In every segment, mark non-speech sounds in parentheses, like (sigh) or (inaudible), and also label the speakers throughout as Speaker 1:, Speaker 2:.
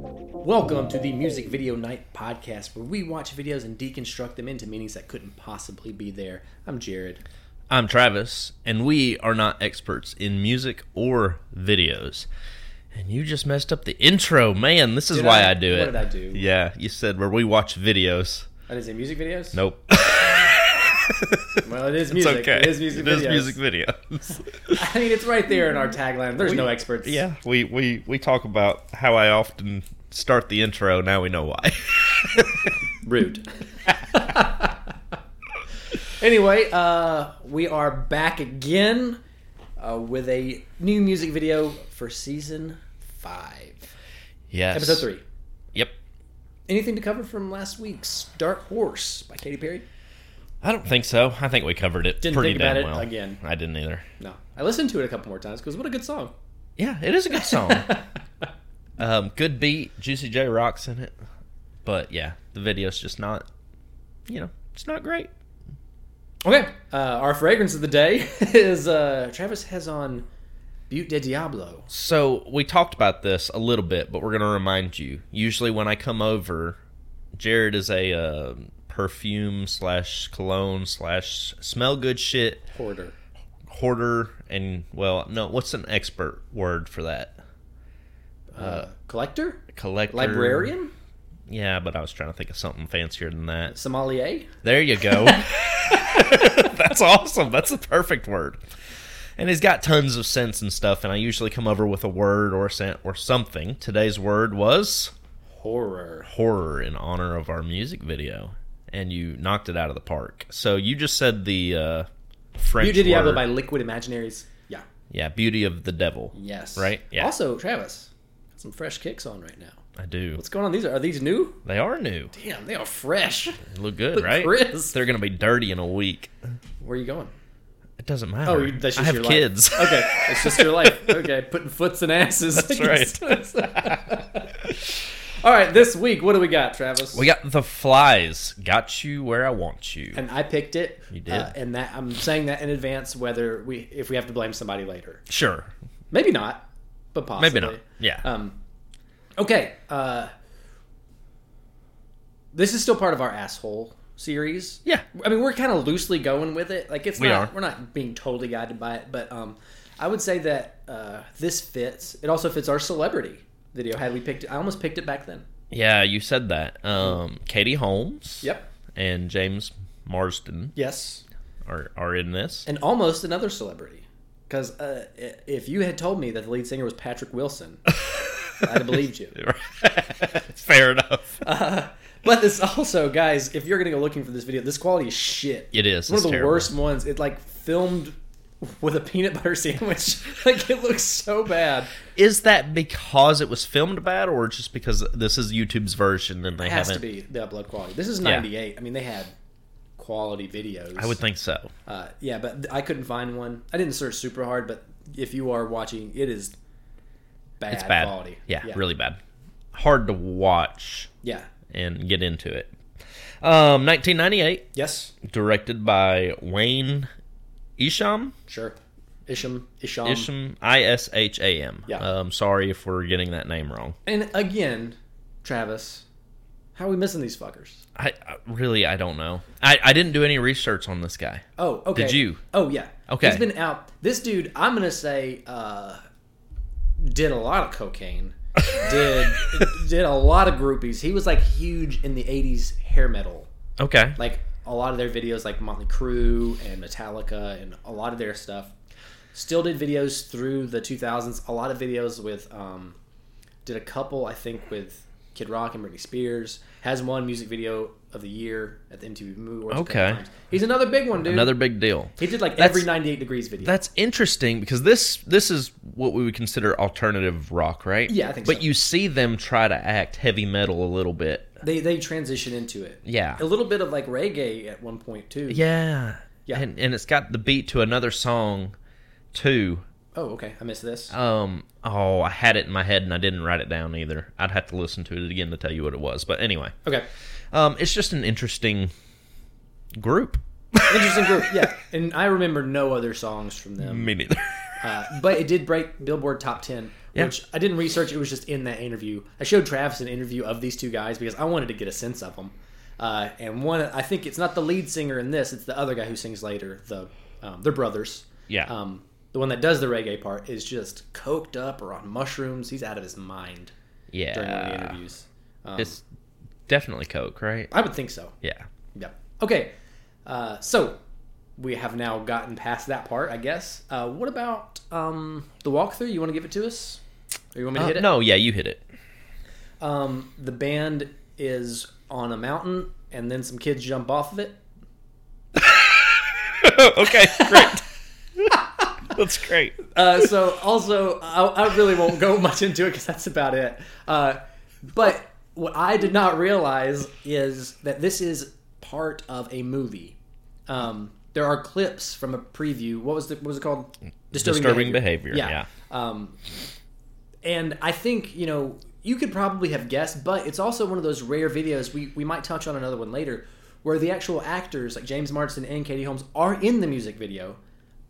Speaker 1: Welcome to the Music Video Night podcast, where we watch videos and deconstruct them into meanings that couldn't possibly be there. I'm Jared.
Speaker 2: I'm Travis, and we are not experts in music or videos. And you just messed up the intro, man. This is
Speaker 1: Did
Speaker 2: why
Speaker 1: I?
Speaker 2: I, do
Speaker 1: What
Speaker 2: it.
Speaker 1: did I do?
Speaker 2: Yeah, you said where we watch videos.
Speaker 1: That is in music videos?
Speaker 2: Nope, (laughs)
Speaker 1: Well, it is
Speaker 2: it's
Speaker 1: music.
Speaker 2: okay.
Speaker 1: It is music videos. (laughs)
Speaker 2: music videos. (laughs)
Speaker 1: I mean, it's right there in our tagline. There's no experts.
Speaker 2: yeah, we, we we talk about how I often start the intro. Now we know why. (laughs)
Speaker 1: Rude. (laughs) anyway, uh, we are back again uh, with a new music video for season five,
Speaker 2: yes,
Speaker 1: episode three.
Speaker 2: Yep.
Speaker 1: Anything to cover from last week's Dark Horse by Katy Perry?
Speaker 2: I don't think so. I think we covered it
Speaker 1: Didn't
Speaker 2: pretty
Speaker 1: think
Speaker 2: damn
Speaker 1: about it
Speaker 2: well.
Speaker 1: again.
Speaker 2: I didn't either.
Speaker 1: No. I listened to it a couple more times because what a good song. (laughs)
Speaker 2: Yeah, it is a good song. um, good beat. Juicy J rocks in it. But yeah, the video's just not, you know, it's not great.
Speaker 1: Okay. Uh, our fragrance of the day (laughs) is uh, Travis has on Butte de Diablo.
Speaker 2: So we talked about this a little bit, but we're going to remind you. Usually when I come over, Jared is a uh, perfume slash cologne slash smell good shit
Speaker 1: Hoarder.
Speaker 2: hoarder. And, well, no, what's an expert word for that?
Speaker 1: Uh, collector?
Speaker 2: Collector.
Speaker 1: Librarian?
Speaker 2: Yeah, but I was trying to think of something fancier than that.
Speaker 1: Sommelier?
Speaker 2: There
Speaker 1: (laughs)
Speaker 2: you go. That's awesome. That's the perfect word. And he's got tons of scents and stuff, and I usually come over with a word or a scent or something. Today's word was
Speaker 1: Horror.
Speaker 2: horror in honor of our music video, and you knocked it out of the park. So you just said the uh, French
Speaker 1: Butte de Diablo
Speaker 2: word.
Speaker 1: by Liquid Imaginaries. Yeah.
Speaker 2: yeah, beauty of the devil.
Speaker 1: Yes.
Speaker 2: Right? Yeah.
Speaker 1: Also, Travis, got some fresh kicks on right now.
Speaker 2: I do.
Speaker 1: What's going on? These are, are these new?
Speaker 2: They are new.
Speaker 1: Damn, they are fresh.
Speaker 2: They look good,
Speaker 1: Look
Speaker 2: right?
Speaker 1: crisp.
Speaker 2: They're gonna be dirty in a week.
Speaker 1: Where are you going?
Speaker 2: It doesn't matter.
Speaker 1: Oh, you- that's just
Speaker 2: I have
Speaker 1: your
Speaker 2: kids.
Speaker 1: life. Okay, it's just your
Speaker 2: (laughs)
Speaker 1: life. Okay, putting foots in asses.
Speaker 2: That's
Speaker 1: (laughs) All right, this week, what do we got, Travis?
Speaker 2: We got the flies. Got you where I want you.
Speaker 1: and I picked it.
Speaker 2: You did.
Speaker 1: uh, and that I'm saying that in advance, whether we if we have to blame somebody later,
Speaker 2: Sure.
Speaker 1: maybe not, but possibly.
Speaker 2: Maybe not. Yeah.
Speaker 1: Um, okay. Uh, this is still part of our asshole series.
Speaker 2: Yeah.
Speaker 1: I mean, we're kind of loosely going with it. Like it's
Speaker 2: We
Speaker 1: not
Speaker 2: are.
Speaker 1: we're not being totally guided by it, but um, I would say that uh, this fits. It also fits our celebrity video. Had we picked it, I almost picked it back then.
Speaker 2: yeah, you said that. Um, Katie Holmes.
Speaker 1: Yep.
Speaker 2: And James Marsden
Speaker 1: Yes.
Speaker 2: are are in this.
Speaker 1: and almost another celebrity. Because uh, i- if you had told me that the lead singer was Patrick Wilson, (laughs) I'd have believed
Speaker 2: (laughs)
Speaker 1: you. Uh,
Speaker 2: Fair enough.
Speaker 1: But this also, guys, if you're gonna go looking for this video, this quality is shit.
Speaker 2: It is.
Speaker 1: one of
Speaker 2: It's
Speaker 1: the
Speaker 2: terrible.
Speaker 1: worst ones. It like filmed with a peanut butter sandwich. (laughs) like it looks so bad.
Speaker 2: Is that because it was filmed bad, or just because this is YouTube's version and they
Speaker 1: It has
Speaker 2: haven't?
Speaker 1: to be the upload quality. This is
Speaker 2: Yeah.
Speaker 1: '98. I mean, they had quality videos.
Speaker 2: I would think so.
Speaker 1: Uh, yeah, but th- I couldn't find one. I didn't search super hard, but if you are watching, it is bad,
Speaker 2: It's bad.
Speaker 1: quality.
Speaker 2: Yeah, really bad. Hard to watch
Speaker 1: Yeah.
Speaker 2: and get into it. Um, 1998,
Speaker 1: Yes.
Speaker 2: directed by Wayne Isham.
Speaker 1: Sure. Isham, Isham.
Speaker 2: Isham, I S H A M.
Speaker 1: Um, Yeah.
Speaker 2: Um, sorry if we're getting that name wrong.
Speaker 1: And again, Travis, how are we missing these fuckers?
Speaker 2: I, I really I don't know. I, I didn't do any research on this guy.
Speaker 1: Oh, okay.
Speaker 2: Did you?
Speaker 1: Oh, yeah.
Speaker 2: Okay.
Speaker 1: He's been out. This dude, I'm going to say, uh, did a lot of
Speaker 2: (laughs)
Speaker 1: cocaine. did did a lot of groupies. He was like huge in the 80s hair metal.
Speaker 2: Okay.
Speaker 1: Like a lot of their videos like Motley Crue and Metallica and a lot of their stuff. Still did videos through the 2000s. A lot of videos with um, did a couple I think with Kid Rock and Britney Spears. Has one music video of the year at the MTV Movie Awards. a couple
Speaker 2: Okay.
Speaker 1: times. He's another big one, dude.
Speaker 2: Another big deal.
Speaker 1: He did like
Speaker 2: That's-
Speaker 1: every 98 degrees video.
Speaker 2: That's interesting because this this is what we would consider alternative rock, right?
Speaker 1: Yeah, I think
Speaker 2: But
Speaker 1: so.
Speaker 2: you see them try to act heavy metal a little bit.
Speaker 1: they they transition into it.
Speaker 2: Yeah.
Speaker 1: A little bit of like reggae at one point too.
Speaker 2: Yeah.
Speaker 1: Yeah.
Speaker 2: And and it's got the beat to another song too.
Speaker 1: Oh, okay. I missed this.
Speaker 2: Um oh, I had it in my head and I didn't write it down either. I'd have to listen to it again to tell you what it was. But anyway.
Speaker 1: Okay.
Speaker 2: Um, it's just an interesting group.
Speaker 1: Interesting group. Yeah. And I remember no other songs from them.
Speaker 2: Me neither.
Speaker 1: Uh, but it did break Billboard top ten
Speaker 2: Yeah.
Speaker 1: Which I didn't research; it was just in that interview. I showed Travis an interview of these two guys because I wanted to get a sense of them. Uh, and one, I think it's not the lead singer in this; it's the other guy who sings later. The um, they're brothers.
Speaker 2: (laughs) Yeah.
Speaker 1: Um, the one that does the reggae part is just coked up or on mushrooms. He's out of his mind
Speaker 2: yeah.
Speaker 1: during one of the interviews. Um,
Speaker 2: It's definitely Coke, right?
Speaker 1: I would think so.
Speaker 2: Yeah.
Speaker 1: Yep. Okay. Uh, so we have now gotten past that part, I guess. Uh, what about um, the walkthrough? You want to give it to us? Or you want me to
Speaker 2: Uh,
Speaker 1: hit it?
Speaker 2: No, yeah, you
Speaker 1: (laughs)
Speaker 2: hit it.
Speaker 1: Um, the band is on a mountain, and then some kids jump off of it.
Speaker 2: okay, great. (laughs) That's great.
Speaker 1: Uh, so also, I, I really won't go much into it because that's about it. Uh, but what I did not realize is that this is part of a movie. Um, there are clips from a preview. What was the, what was it called?
Speaker 2: Disturbing behavior,
Speaker 1: Um, and I think you know you could probably have guessed, but it's also one of those rare videos. We we might touch on another one later, where the actual actors like James Marsden and Katie Holmes are in the music video,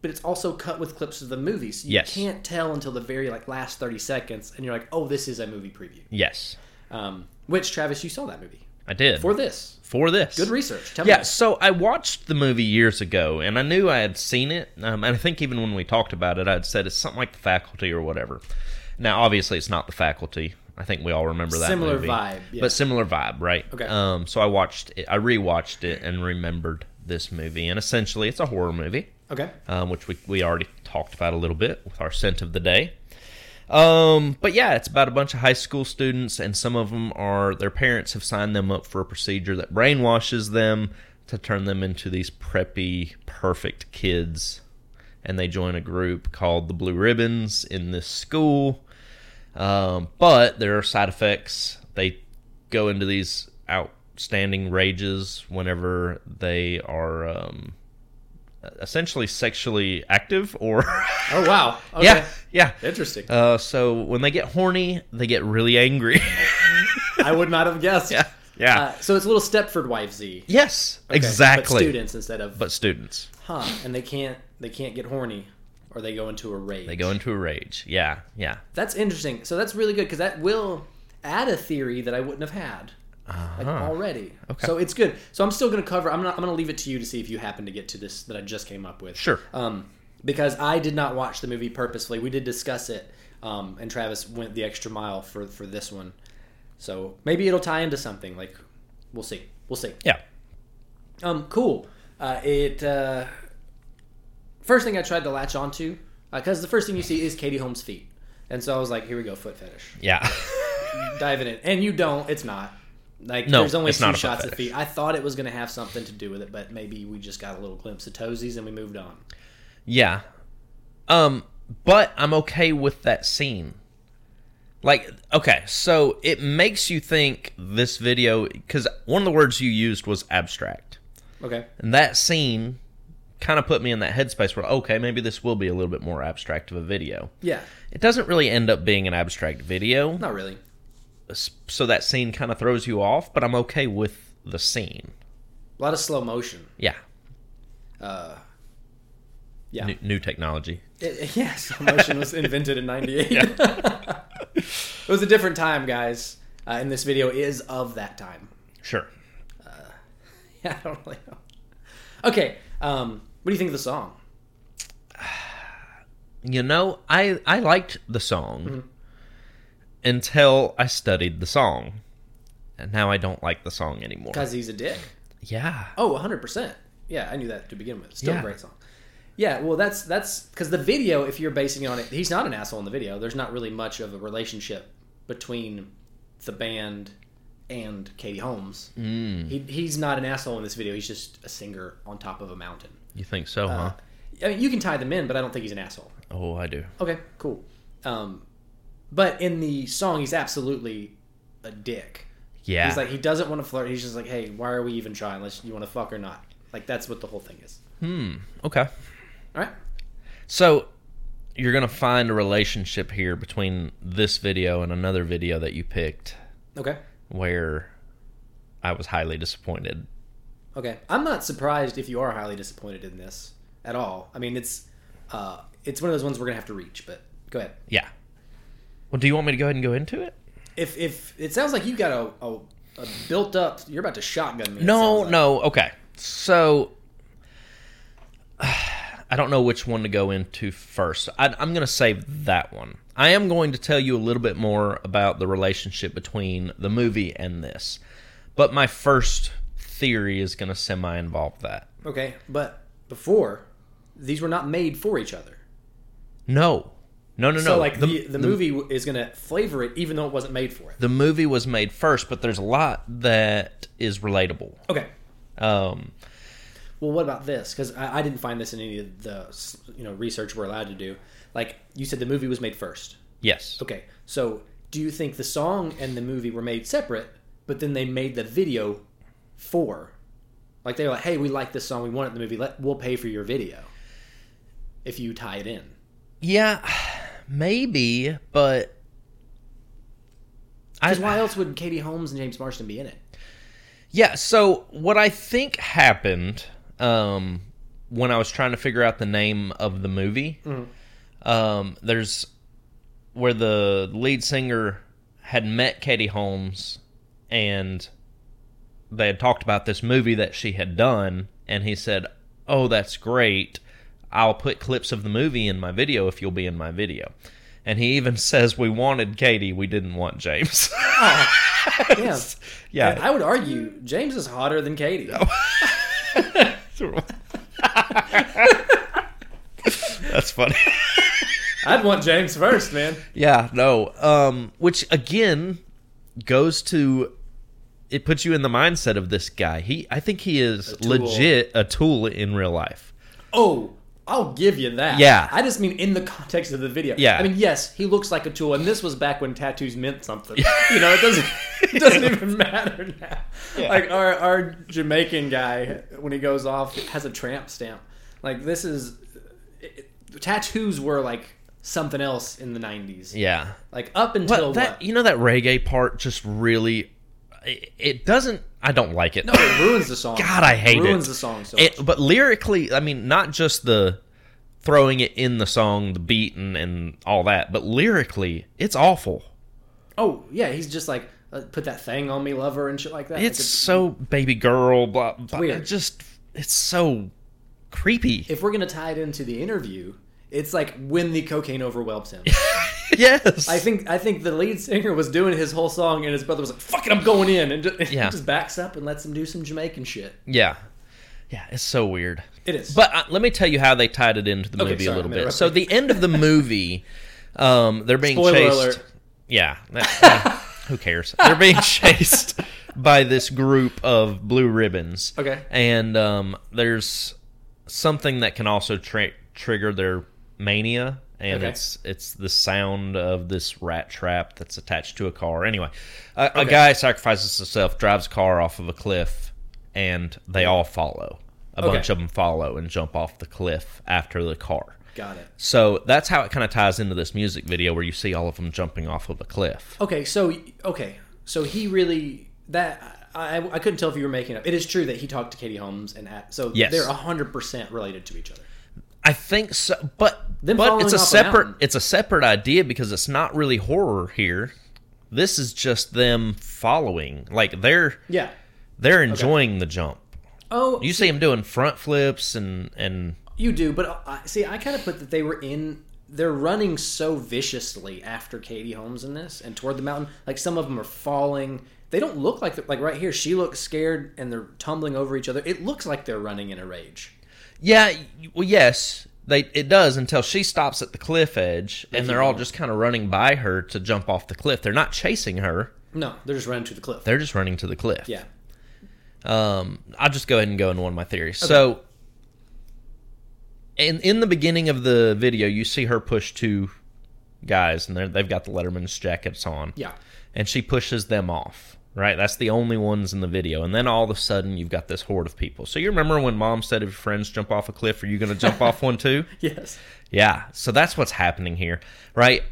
Speaker 1: but it's also cut with clips of the movie, so you
Speaker 2: Yes.
Speaker 1: can't tell until the very like last thirty seconds, and you're like, oh, this is a movie preview.
Speaker 2: Yes,
Speaker 1: Um, which Travis, you saw that movie
Speaker 2: I did.
Speaker 1: for this?
Speaker 2: for this.
Speaker 1: Good research. Tell me.
Speaker 2: Yeah, so I watched the movie years ago, and I knew I had seen it. Um, and I think even when we talked about it, I'd said it's something like The Faculty or whatever. Now, obviously, it's not The Faculty. I think we all remember that
Speaker 1: Similar
Speaker 2: movie.
Speaker 1: vibe, yeah.
Speaker 2: but similar vibe, right?
Speaker 1: Okay.
Speaker 2: Um, so I watched it. I rewatched it and remembered this movie, and essentially, it's a horror movie
Speaker 1: Okay.
Speaker 2: um, which we, we already talked about a little bit with our scent of the day. Um, but yeah, it's about a bunch of high school students, and some of them are their parents have signed them up for a procedure that brainwashes them to turn them into these preppy, perfect kids. And they join a group called the Blue Ribbons in this school. Um, but there are side effects. They go into these outstanding rages whenever they are um, essentially sexually active or (laughs)
Speaker 1: Oh wow. Okay.
Speaker 2: yeah yeah
Speaker 1: Interesting.
Speaker 2: uh, so when they get horny they get really angry (laughs)
Speaker 1: I would not have guessed.
Speaker 2: yeah yeah
Speaker 1: Uh, so it's a little Stepford Wivesy.
Speaker 2: yes
Speaker 1: Okay,
Speaker 2: exactly
Speaker 1: But students instead of
Speaker 2: But students,
Speaker 1: huh? And they can't they can't get horny, or they go into a rage.
Speaker 2: they go into a rage yeah yeah
Speaker 1: That's interesting. So that's really good because that will add a theory that I wouldn't have had like,
Speaker 2: Uh-huh.
Speaker 1: already.
Speaker 2: Okay.
Speaker 1: So it's good. So I'm still gonna cover. I'm not. I'm gonna leave it to you to see if you happen to get to this that I just came up with.
Speaker 2: Sure.
Speaker 1: Um, because I did not watch the movie purposefully. We did discuss it, um, and Travis went the extra mile for for this one. So maybe it'll tie into something. Like, we'll see. We'll see.
Speaker 2: yeah
Speaker 1: Um, cool. Uh, it uh, first thing I tried to latch onto because the first thing you see is Katie Holmes' feet, and so I was like, "Here we go, foot fetish,
Speaker 2: yeah (laughs)
Speaker 1: diving in." And you don't. It's not like
Speaker 2: No,
Speaker 1: there's only
Speaker 2: it's
Speaker 1: two
Speaker 2: not a foot
Speaker 1: shots of
Speaker 2: fetish.
Speaker 1: feet. I thought it was going to have something to do with it, but maybe we just got a little glimpse of toesies and we moved on.
Speaker 2: yeah um but i'm okay with that scene like okay so it makes you think this video because one of the words you used was abstract
Speaker 1: Okay.
Speaker 2: And that scene kind of put me in that headspace where, okay, maybe this will be a little bit more abstract of a video.
Speaker 1: Yeah.
Speaker 2: It doesn't really end up being an abstract video,
Speaker 1: Not really.
Speaker 2: s- so that scene kind of throws you off, but I'm okay with the scene.
Speaker 1: A lot of slow motion.
Speaker 2: Yeah.
Speaker 1: Uh, yeah.
Speaker 2: New, new technology.
Speaker 1: It, (laughs) yeah, slow motion
Speaker 2: (laughs)
Speaker 1: was invented in '98. (laughs) it was a different time, guys. Uh, and this video is of that time. (laughs)
Speaker 2: Sure.
Speaker 1: Yeah, I don't really know. Okay, um, what do you think of the song?
Speaker 2: You know, I, I liked the song
Speaker 1: Mm-hmm.
Speaker 2: until I studied the song. And now I don't like the song anymore.
Speaker 1: Because he's a dick.
Speaker 2: Yeah.
Speaker 1: Oh, 100%. Yeah, I knew that to begin with. Still
Speaker 2: Yeah.
Speaker 1: a great song. Yeah, well, that's that's because the video, if you're basing it on it, he's not an asshole in the video. There's not really much of a relationship between the band and Katie Holmes. Mm. He, he's not an asshole in this video. He's just a singer on top of a mountain.
Speaker 2: You think so,
Speaker 1: Uh,
Speaker 2: huh?
Speaker 1: I mean, you can tie them in, but I don't think he's an asshole.
Speaker 2: Oh, I do.
Speaker 1: Okay, cool. Um, but in the song, he's absolutely a dick.
Speaker 2: Yeah.
Speaker 1: He's like he doesn't want to flirt. He's just like, hey, why are we even trying? Unless you want to fuck or not. Like that's what the whole thing is.
Speaker 2: Hmm. okay.
Speaker 1: All right.
Speaker 2: So you're gonna find a relationship here between this video and another video that you picked
Speaker 1: Okay.
Speaker 2: where I was highly disappointed.
Speaker 1: Okay. I'm not surprised if you are highly disappointed in this at all. I mean, it's uh, it's one of those ones we're gonna have to reach. But go ahead.
Speaker 2: Yeah. Well, do you want me to go ahead and go into it?
Speaker 1: If if it sounds like you got a, a, a built up, you're about to shotgun me. it
Speaker 2: No,
Speaker 1: sounds like.
Speaker 2: no. Okay. So (sighs) I don't know which one to go into first. I, I'm going to save that one. I am going to tell you a little bit more about the relationship between the movie and this. But my first theory is going to semi involve that.
Speaker 1: Okay, but before these were not made for each other.
Speaker 2: No. No, no, no.
Speaker 1: So like the the, movie w is gonna flavor it, even though it wasn't made for it.
Speaker 2: the movie was made first, but there's a lot that is relatable.
Speaker 1: Okay.
Speaker 2: Um,
Speaker 1: Well, what about this? Because I, I didn't find this in any of the s- you know research we're allowed to do. Like you said, the movie was made first.
Speaker 2: yes.
Speaker 1: Okay, so do you think the song and the movie were made separate, but then they made the video for? Like they were like, hey, we like this song, we want it in the movie, Let, we'll pay for your video if you tie it in.
Speaker 2: Yeah, (sighs) maybe, but I,
Speaker 1: Because why else would Katie Holmes and James Marston be in it?
Speaker 2: yeah. So what I think happened um, when I was trying to figure out the name of the movie, um, there's where the lead singer had met Katie Holmes, and they had talked about this movie that she had done, and he said, "Oh, that's great. I'll put clips of the movie in my video if you'll be in my video." And he even (laughs) says, "We wanted Katie, we didn't want James."
Speaker 1: Yeah.
Speaker 2: (laughs) yeah,
Speaker 1: I would argue James is hotter than Katie.
Speaker 2: (laughs) That's funny.
Speaker 1: I'd want James first, man.
Speaker 2: yeah, no. Um, which again goes to it puts you in the mindset of this guy. He, I think he is
Speaker 1: tool.
Speaker 2: legit a tool in real life.
Speaker 1: Oh, I'll give you that.
Speaker 2: Yeah.
Speaker 1: I just mean in the context of the video.
Speaker 2: Yeah.
Speaker 1: I mean, yes, he looks like a tool, and this was back when tattoos meant something. you know, it doesn't it
Speaker 2: (laughs)
Speaker 1: doesn't even matter now. Like our our Jamaican guy when he goes off has a tramp stamp. Like this is it, it- tattoos were like something else in the 90s.
Speaker 2: Yeah.
Speaker 1: Like up
Speaker 2: But
Speaker 1: until
Speaker 2: that
Speaker 1: what?
Speaker 2: you know that reggae part just really it, it doesn't. I don't like it.
Speaker 1: No, Oh, it ruins the song.
Speaker 2: God, I hate
Speaker 1: ruins
Speaker 2: it.
Speaker 1: the song so much.
Speaker 2: It- but lyrically, I mean, not just the throwing it in the song, the beat, and, and all that, but lyrically, it's awful.
Speaker 1: Oh, yeah, he's just like uh, put that thing on me lover and shit like that. Like,
Speaker 2: It's so baby girl, blah, blah.
Speaker 1: weird.
Speaker 2: It just, it's so creepy.
Speaker 1: if we're gonna tie it into the interview, it's like when the cocaine overwhelms him.
Speaker 2: (laughs) yes.
Speaker 1: I think I think the lead singer was doing his whole song, and his brother was like, "Fuck it, I'm going in," (laughs) and just,
Speaker 2: Yeah.
Speaker 1: just backs up and lets him do some Jamaican shit.
Speaker 2: yeah. Yeah, it's so weird.
Speaker 1: It is,
Speaker 2: But uh, let me tell you how they tied it into the
Speaker 1: Okay,
Speaker 2: movie
Speaker 1: sorry,
Speaker 2: a little
Speaker 1: I'm
Speaker 2: bit.
Speaker 1: interrupting.
Speaker 2: So the end of the movie, um, they're being
Speaker 1: Spoiler
Speaker 2: chased.
Speaker 1: alert.
Speaker 2: Yeah, that- who cares?
Speaker 1: (laughs)
Speaker 2: They're being chased by this group of blue ribbons.
Speaker 1: Okay.
Speaker 2: and um, there's something that can also tra- trigger their mania. And
Speaker 1: Okay.
Speaker 2: it's it's the sound of this rat trap that's attached to a car. Anyway, a, a guy sacrifices himself, drives a car off of a cliff, and they all follow. A
Speaker 1: Okay.
Speaker 2: bunch of them follow and jump off the cliff after the car.
Speaker 1: got it.
Speaker 2: So that's how it kind of ties into this music video where you see all of them jumping off of a cliff.
Speaker 1: Okay, so okay, so he really that I, I couldn't tell if you were making up. It is true that he talked to Katie Holmes, and at, so
Speaker 2: Yes.
Speaker 1: they're hundred percent related to each other.
Speaker 2: I think so, but
Speaker 1: Them
Speaker 2: but
Speaker 1: falling
Speaker 2: it's a
Speaker 1: off a
Speaker 2: separate
Speaker 1: mountain.
Speaker 2: it's a separate idea because it's not really horror here. This is just them following, like they're
Speaker 1: Yeah.
Speaker 2: they're enjoying the jump.
Speaker 1: Oh,
Speaker 2: You see them doing front flips and and
Speaker 1: You do, but I, see, I kind of put that they were in. They're running so viciously after Katie Holmes in this and toward the mountain. Like some of them are falling. They don't look like they're, like right here. She looks scared and they're tumbling over each other. It looks like they're running in a rage.
Speaker 2: yeah, well yes, they it does until she stops at the cliff edge and they're all just kind of running by her to jump off the cliff. They're not chasing her;
Speaker 1: No, they're just running to the cliff.
Speaker 2: they're just running to the cliff.
Speaker 1: yeah.
Speaker 2: Um, I'll just go ahead and go into one of my theories. So, in in the beginning of the video, you see her push two guys, and they're- they've got the Letterman's jackets on.
Speaker 1: Yeah.
Speaker 2: and she pushes them off. Right, that's the only ones in the video, and then all of a sudden you've got this horde of people. So you remember when Mom said, "If your friends jump off a cliff, are you going to jump off one too?" (laughs)
Speaker 1: Yes.
Speaker 2: Yeah, so that's what's happening here, right?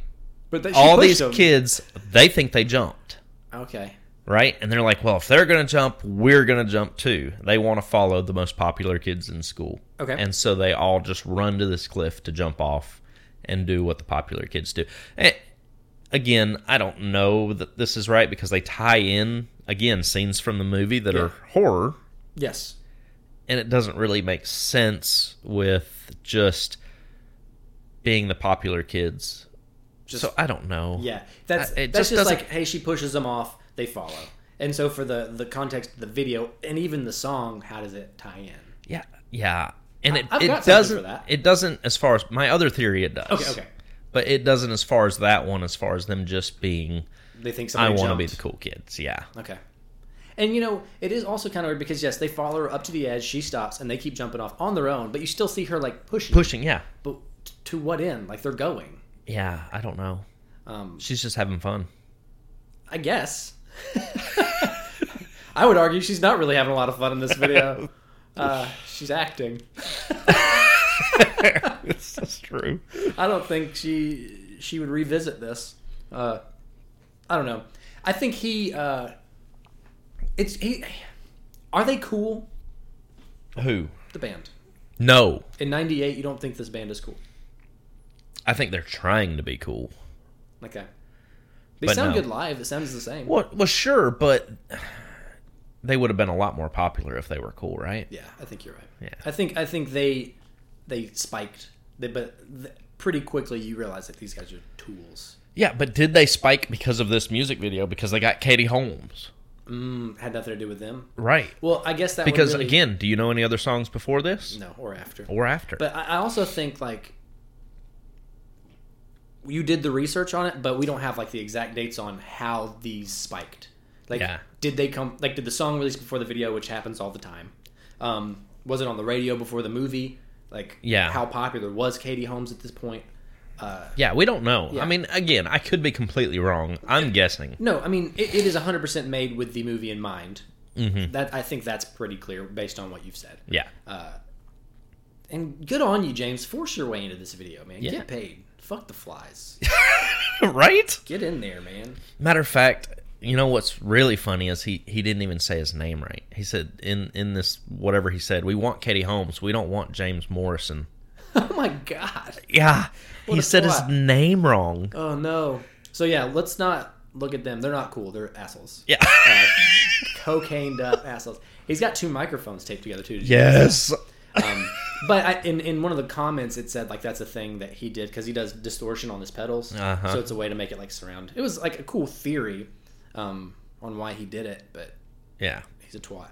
Speaker 1: But that, she
Speaker 2: all
Speaker 1: pushed
Speaker 2: these
Speaker 1: them.
Speaker 2: kids, they think they jumped
Speaker 1: Okay.
Speaker 2: right? And they're like, well, if they're going to jump, we're going to jump too. They want to follow the most popular kids in school.
Speaker 1: Okay.
Speaker 2: And so they all just run to this cliff to jump off and do what the popular kids do. And Eh, again, I don't know that this is right because they tie in again scenes from the movie that
Speaker 1: Yeah.
Speaker 2: are horror,
Speaker 1: Yes.
Speaker 2: and it doesn't really make sense with just being the popular kids.
Speaker 1: Just
Speaker 2: so I don't know.
Speaker 1: yeah. That's
Speaker 2: I- Uh, it
Speaker 1: that's
Speaker 2: just
Speaker 1: just,
Speaker 2: doesn't-
Speaker 1: like hey, she pushes them off, they follow. And so for the the context of the video and even the song, how does it tie in?
Speaker 2: yeah, yeah. And
Speaker 1: I-
Speaker 2: it,
Speaker 1: I've
Speaker 2: it
Speaker 1: got something for
Speaker 2: doesn't.
Speaker 1: that.
Speaker 2: It doesn't. As far as my other theory, it does.
Speaker 1: Okay, okay.
Speaker 2: But it doesn't as far as that one. As far as them just being,
Speaker 1: They think
Speaker 2: I
Speaker 1: somebody
Speaker 2: want to
Speaker 1: jumped.
Speaker 2: be the cool kids. Yeah.
Speaker 1: Okay. And you know, it is also kind of weird because yes, they follow her up to the edge, she stops, and they keep jumping off on their own, but you still see her like pushing.
Speaker 2: Pushing. Yeah.
Speaker 1: But t- to what end? Like they're going.
Speaker 2: Yeah. I don't know.
Speaker 1: Um,
Speaker 2: She's just
Speaker 1: (laughs)
Speaker 2: having fun.
Speaker 1: I guess. (laughs) I would argue she's not really having a lot of fun in this video. Uh, she's acting.
Speaker 2: this is true.
Speaker 1: I don't think she she would revisit this. Uh, I don't know. I think he. Uh, it's he. Are they cool?
Speaker 2: Who?
Speaker 1: The band
Speaker 2: No.
Speaker 1: in '98. You don't think this band is cool?
Speaker 2: I think they're trying to be cool.
Speaker 1: Okay. They
Speaker 2: But
Speaker 1: sound
Speaker 2: no.
Speaker 1: good live. It sounds the same.
Speaker 2: Well, well, sure, but they would have been a lot more popular if they were cool, right?
Speaker 1: Yeah, I think you're right.
Speaker 2: Yeah.
Speaker 1: I think I think they they spiked. They but th- pretty quickly you realize that these guys are tools.
Speaker 2: Yeah, but did they spike because of this music video? Because they got Katie Holmes,
Speaker 1: Mm, had nothing to do with them.
Speaker 2: right?
Speaker 1: Well, I guess that would
Speaker 2: Because
Speaker 1: really-
Speaker 2: again, do you know any other songs before this
Speaker 1: no or after.
Speaker 2: or after?
Speaker 1: But I I also think like you did the research on it, but we don't have like the exact dates on how these spiked. Like,
Speaker 2: Yeah.
Speaker 1: did they come? Like, did the song release before the video, which happens all the time? Um, was it on the radio before the movie? Like,
Speaker 2: Yeah.
Speaker 1: how popular was Katie Holmes at this point? Uh,
Speaker 2: yeah, we don't know.
Speaker 1: Yeah.
Speaker 2: I mean, again, I could be completely wrong. I'm guessing.
Speaker 1: no, I mean it, it is 100% made with the movie in mind.
Speaker 2: Mm-hmm.
Speaker 1: That I think that's pretty clear based on what you've said. Uh,
Speaker 2: Yeah,
Speaker 1: And good on you, James. Force your way into this video, man.
Speaker 2: Yeah.
Speaker 1: Get paid. Fuck the flies.
Speaker 2: (laughs) right.
Speaker 1: Get in there, man.
Speaker 2: Matter of fact, you know what's really funny is he he didn't even say his name right. He said in in this whatever he said, we want Katie Holmes, we don't want James Morrison.
Speaker 1: (laughs) Oh my god.
Speaker 2: Yeah, he
Speaker 1: a
Speaker 2: said
Speaker 1: twat.
Speaker 2: his name wrong.
Speaker 1: Oh no. So yeah, let's not look at them. They're not cool. They're assholes.
Speaker 2: (laughs) Yeah.
Speaker 1: Uh, cocained up (laughs) assholes. He's got two microphones taped together too. Did you
Speaker 2: Yes.
Speaker 1: Um, but I, in in one of the comments, it said like that's a thing that he did because he does distortion on his pedals,
Speaker 2: Uh-huh.
Speaker 1: so it's a way to make it like surround. It was like a cool theory um, on why he did it, but
Speaker 2: Yeah.
Speaker 1: he's a twat.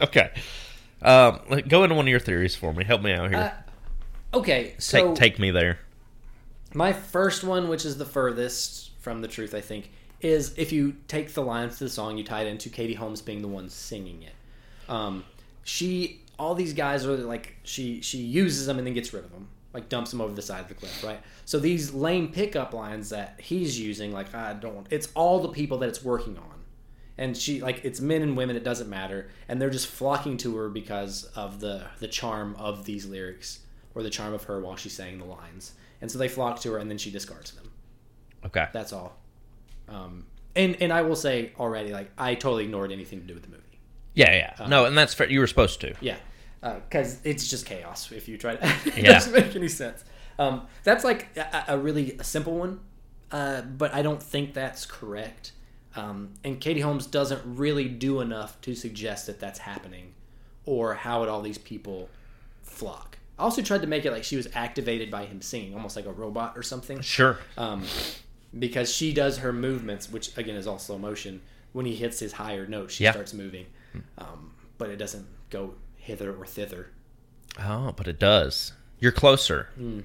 Speaker 2: Okay. Um, like, go into one of your theories for me. Help me out here.
Speaker 1: Okay,
Speaker 2: take
Speaker 1: so
Speaker 2: take me there.
Speaker 1: my first one, which is the furthest from the truth, I think, is if you take the lines to the song, you tie it into Katie Holmes being the one singing it. Um, she, all these guys are like, she she uses them and then gets rid of them, like dumps them over the side of the cliff, right? So these lame pickup lines that he's using, like I don't, want- it's all the people that it's working on, and she like it's men and women, it doesn't matter, and they're just flocking to her because of the the charm of these lyrics or the charm of her while she's saying the lines. And so they flock to her, and then she discards them.
Speaker 2: Okay.
Speaker 1: That's all. Um, and and I will say already, like I totally ignored anything to do with the movie.
Speaker 2: Yeah, yeah. No, and that's fair. You were supposed to.
Speaker 1: Yeah, because it's just chaos if you try to. (laughs) it
Speaker 2: Yeah.
Speaker 1: doesn't make any sense. Um, that's like a, a really simple one, uh, but I don't think that's correct. Um, and Katie Holmes doesn't really do enough to suggest that that's happening, or how would all these people flock. I also tried to make it like she was activated by him singing, almost like a robot or something
Speaker 2: Sure.
Speaker 1: um, because she does her movements, which again is all slow motion. When he hits his higher note, she
Speaker 2: Yeah.
Speaker 1: starts moving, um, but it doesn't go hither or thither.
Speaker 2: Oh, but it does. You're closer to
Speaker 1: Hmm.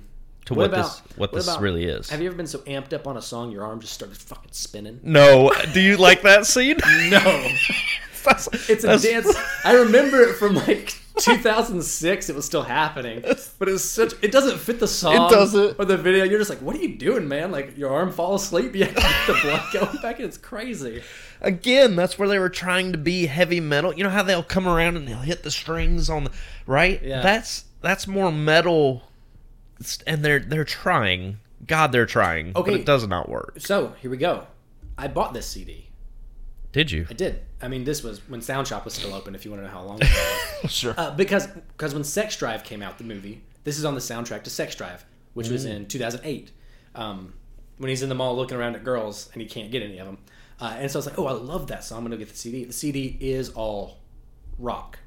Speaker 1: What
Speaker 2: what,
Speaker 1: about-
Speaker 2: this what,
Speaker 1: what
Speaker 2: this
Speaker 1: about-
Speaker 2: really is.
Speaker 1: Have you ever been so amped up on a song your arm just started fucking
Speaker 2: (laughs)
Speaker 1: spinning?
Speaker 2: no. Do you like that scene?
Speaker 1: (laughs) No,
Speaker 2: (laughs) That's-
Speaker 1: it's a
Speaker 2: that's- (laughs)
Speaker 1: dance. I remember it from like 2006. It was still happening, but it was such. It doesn't fit the song.
Speaker 2: doesn't.
Speaker 1: or the video. You're just like, what are you doing, man? Like your arm falls asleep. (laughs) You have to get the blood going back. It's crazy.
Speaker 2: Again, that's where they were trying to be heavy metal. You know how they'll come around and they'll hit the strings on the right?
Speaker 1: Yeah.
Speaker 2: That's that's more metal It's- and they're they're trying. God, they're trying.
Speaker 1: Okay.
Speaker 2: But it does not work.
Speaker 1: So here we go. I bought this CD. (laughs)
Speaker 2: Did you?
Speaker 1: I did. I mean, this was when Sound Shop was still open. If you want to know how long, ago.
Speaker 2: Sure.
Speaker 1: uh, because because when Sex Drive came out, the movie, this is on the soundtrack to Sex Drive, which was in 2008. Um, when he's in the mall looking around at girls and he can't get any of them. Uh, and so I was like, oh, I love that. So I'm going to go get the CD. The CD is all rock.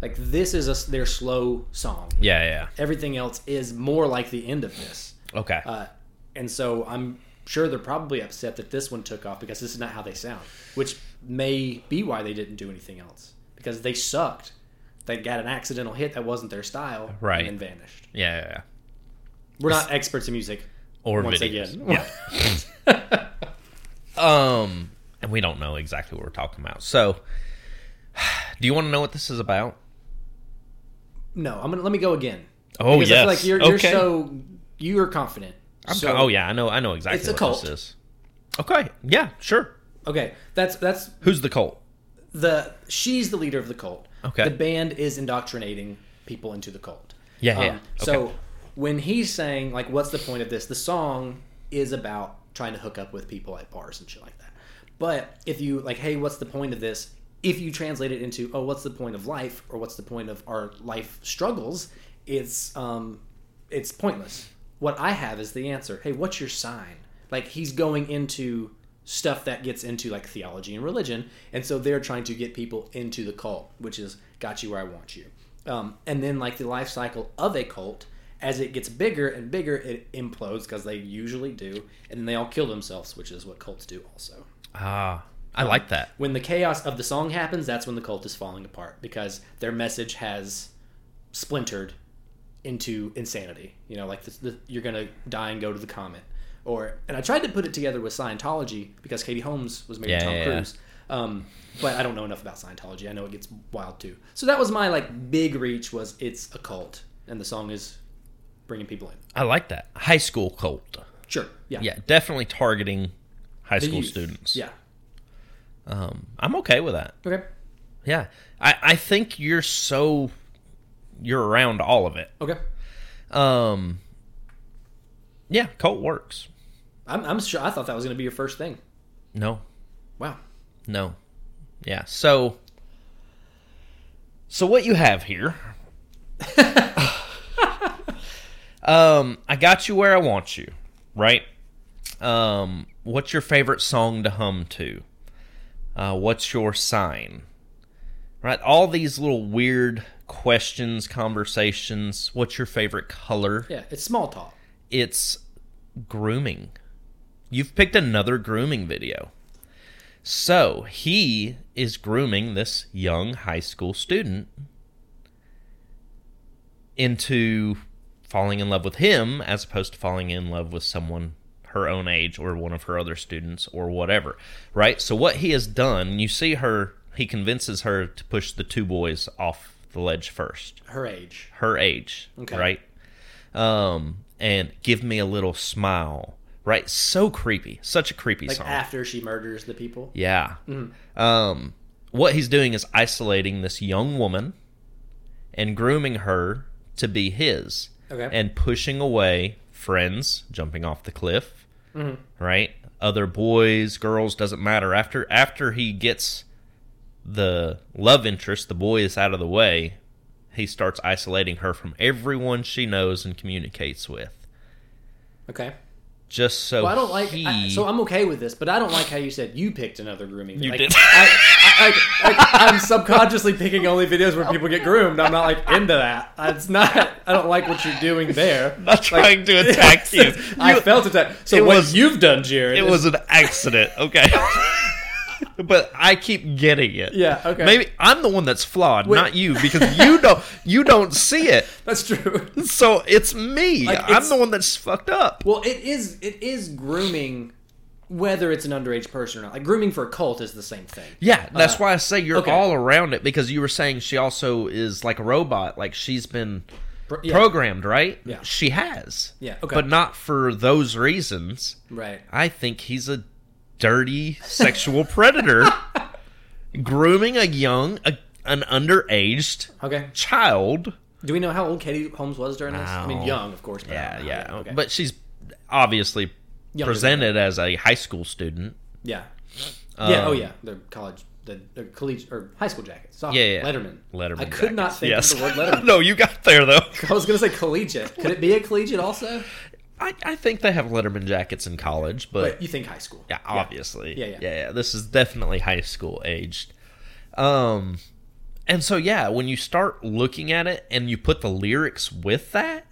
Speaker 1: Like this is a, their slow song.
Speaker 2: (laughs) Yeah,
Speaker 1: Everything else is more like the end of this.
Speaker 2: yeah. Okay.
Speaker 1: Uh, and so I'm sure they're probably upset that this one took off because this is not how they sound, which may be why they didn't do anything else because they sucked. They got an accidental hit that wasn't their style,
Speaker 2: Right.
Speaker 1: And then vanished.
Speaker 2: yeah, yeah, yeah.
Speaker 1: We're not experts in music.
Speaker 2: Or
Speaker 1: Once
Speaker 2: videos.
Speaker 1: again.
Speaker 2: Yeah. (laughs) um, and we don't know exactly what we're talking about. So, (sighs) do you want to know what this is about?
Speaker 1: No, I'm gonna let me go again.
Speaker 2: Oh
Speaker 1: because
Speaker 2: yes.
Speaker 1: I feel like you're, you're
Speaker 2: okay.
Speaker 1: so you are confident.
Speaker 2: I'm
Speaker 1: So-
Speaker 2: co- oh yeah, I know. I know exactly
Speaker 1: It's a
Speaker 2: what
Speaker 1: cult.
Speaker 2: this is. Okay. Yeah. Sure.
Speaker 1: Okay, that's that's
Speaker 2: Who's the cult?
Speaker 1: the she's the leader of the cult.
Speaker 2: Okay.
Speaker 1: The band is indoctrinating people into the cult.
Speaker 2: Yeah,
Speaker 1: Um,
Speaker 2: yeah,
Speaker 1: So
Speaker 2: okay.
Speaker 1: when he's saying like, "What's the point of this?" The song is about trying to hook up with people at bars and shit like that. But if you like, "Hey, what's the point of this?" If you translate it into, "Oh, what's the point of life?" or "What's the point of our life struggles?" It's um, it's pointless. What I have is the answer. Hey, what's your sign? Like he's going into stuff that gets into like theology and religion, and so they're trying to get people into the cult, which is got you where I want you. Um, and then like the life cycle of a cult, as it gets bigger and bigger, it implodes because they usually do, and then they all kill themselves, which is what cults do also.
Speaker 2: Ah, I like that.
Speaker 1: When the chaos of the song happens, that's when the cult is falling apart because their message has splintered into insanity. You know, like the, the, you're gonna die and go to the comet. Or and I tried to put it together with Scientology because Katie Holmes was married to
Speaker 2: Yeah,
Speaker 1: Tom
Speaker 2: yeah, yeah.
Speaker 1: Cruise. Um, but I don't know enough about Scientology. I know it gets wild too. So that was my like big reach was it's a cult and the song is bringing people in.
Speaker 2: I like that. High school cult.
Speaker 1: Sure. Yeah.
Speaker 2: Yeah, definitely targeting high
Speaker 1: The
Speaker 2: school
Speaker 1: youth.
Speaker 2: students.
Speaker 1: Yeah.
Speaker 2: Um, I'm okay with that.
Speaker 1: Okay.
Speaker 2: Yeah. I, I think you're so you're around all of it.
Speaker 1: Okay.
Speaker 2: Um Yeah, cult works.
Speaker 1: I'm, I'm sure. I thought that was gonna be your first thing.
Speaker 2: No.
Speaker 1: Wow.
Speaker 2: No. Yeah. So So what you have here (laughs) Um I got you where I want you, right? Um what's your favorite song to hum to? Uh what's your sign? Right? All these little weird questions, conversations. What's your favorite color?
Speaker 1: Yeah. It's small talk.
Speaker 2: it's grooming. You've picked another grooming video. So he is grooming this young high school student into falling in love with him as opposed to falling in love with someone her own age or one of her other students or whatever. Right? So what he has done, you see her, he convinces her to push the two boys off the ledge first
Speaker 1: Her age.
Speaker 2: her age,
Speaker 1: Okay.
Speaker 2: right? Um, and give me a little smile, right? So creepy, such a creepy
Speaker 1: like Mm-hmm.
Speaker 2: song.
Speaker 1: after she murders the people.
Speaker 2: yeah. Um, what he's doing is isolating this young woman and grooming her to be his,
Speaker 1: Okay.
Speaker 2: and pushing away friends, jumping off the cliff,
Speaker 1: Mm-hmm.
Speaker 2: right? Other boys, girls, doesn't matter. After after he gets the love interest, the boy is out of the way, he starts isolating her from everyone she knows and communicates with.
Speaker 1: okay.
Speaker 2: Just so
Speaker 1: Well, I don't like.
Speaker 2: he,
Speaker 1: I, so I'm okay with this, but I don't like how you said you picked another grooming. You like,
Speaker 2: did.
Speaker 1: I, I, I, I, I'm subconsciously picking only videos where people get groomed. I'm not like into that. It's not. I don't like what you're doing there.
Speaker 2: (laughs) (laughs) not
Speaker 1: (laughs)
Speaker 2: trying to attack you.
Speaker 1: I
Speaker 2: You-
Speaker 1: felt attacked. So
Speaker 2: it
Speaker 1: what
Speaker 2: was-
Speaker 1: you've done, Jared?
Speaker 2: it
Speaker 1: is-
Speaker 2: was an accident.
Speaker 1: (laughs)
Speaker 2: Okay. But I keep getting it.
Speaker 1: Yeah, okay.
Speaker 2: Maybe I'm the one that's flawed, not you, because you don't you don't see it.
Speaker 1: That's true. (laughs)
Speaker 2: So it's me.
Speaker 1: Like,
Speaker 2: I'm
Speaker 1: it's-
Speaker 2: the one that's fucked up.
Speaker 1: Well, it is. It is grooming, whether it's an underage person or not. Like grooming for a cult is the same thing.
Speaker 2: Yeah, that's why I say you're
Speaker 1: okay.
Speaker 2: all around it because you were saying she also is like a robot, like she's been
Speaker 1: Pro- yeah.
Speaker 2: programmed, right?
Speaker 1: Yeah.
Speaker 2: She has.
Speaker 1: Yeah, okay.
Speaker 2: But not for those reasons.
Speaker 1: right.
Speaker 2: I think he's a dirty sexual predator grooming a young a, an underaged
Speaker 1: Okay.
Speaker 2: child.
Speaker 1: Do we know how old Katie Holmes was during this? I mean,
Speaker 2: No.
Speaker 1: young, of course. But I
Speaker 2: Yeah,
Speaker 1: don't know.
Speaker 2: yeah.
Speaker 1: okay.
Speaker 2: But she's obviously
Speaker 1: Younger than
Speaker 2: presented as a high school student.
Speaker 1: Yeah. yeah.
Speaker 2: Um,
Speaker 1: Oh, yeah. Their college, the their collegiate or high school jackets. Soft,
Speaker 2: Yeah, yeah.
Speaker 1: Letterman.
Speaker 2: Letterman.
Speaker 1: I could not
Speaker 2: jackets.
Speaker 1: think
Speaker 2: yes. (laughs)
Speaker 1: of the word Letterman.
Speaker 2: no, you got there though.
Speaker 1: I was gonna say collegiate. Could it be a collegiate also?
Speaker 2: I, I think they have Letterman jackets in college, but,
Speaker 1: But you think high school?
Speaker 2: yeah, obviously,
Speaker 1: Yeah, yeah.
Speaker 2: yeah, This is definitely high school aged. Um, and so yeah, when you start looking at it and you put the lyrics with that,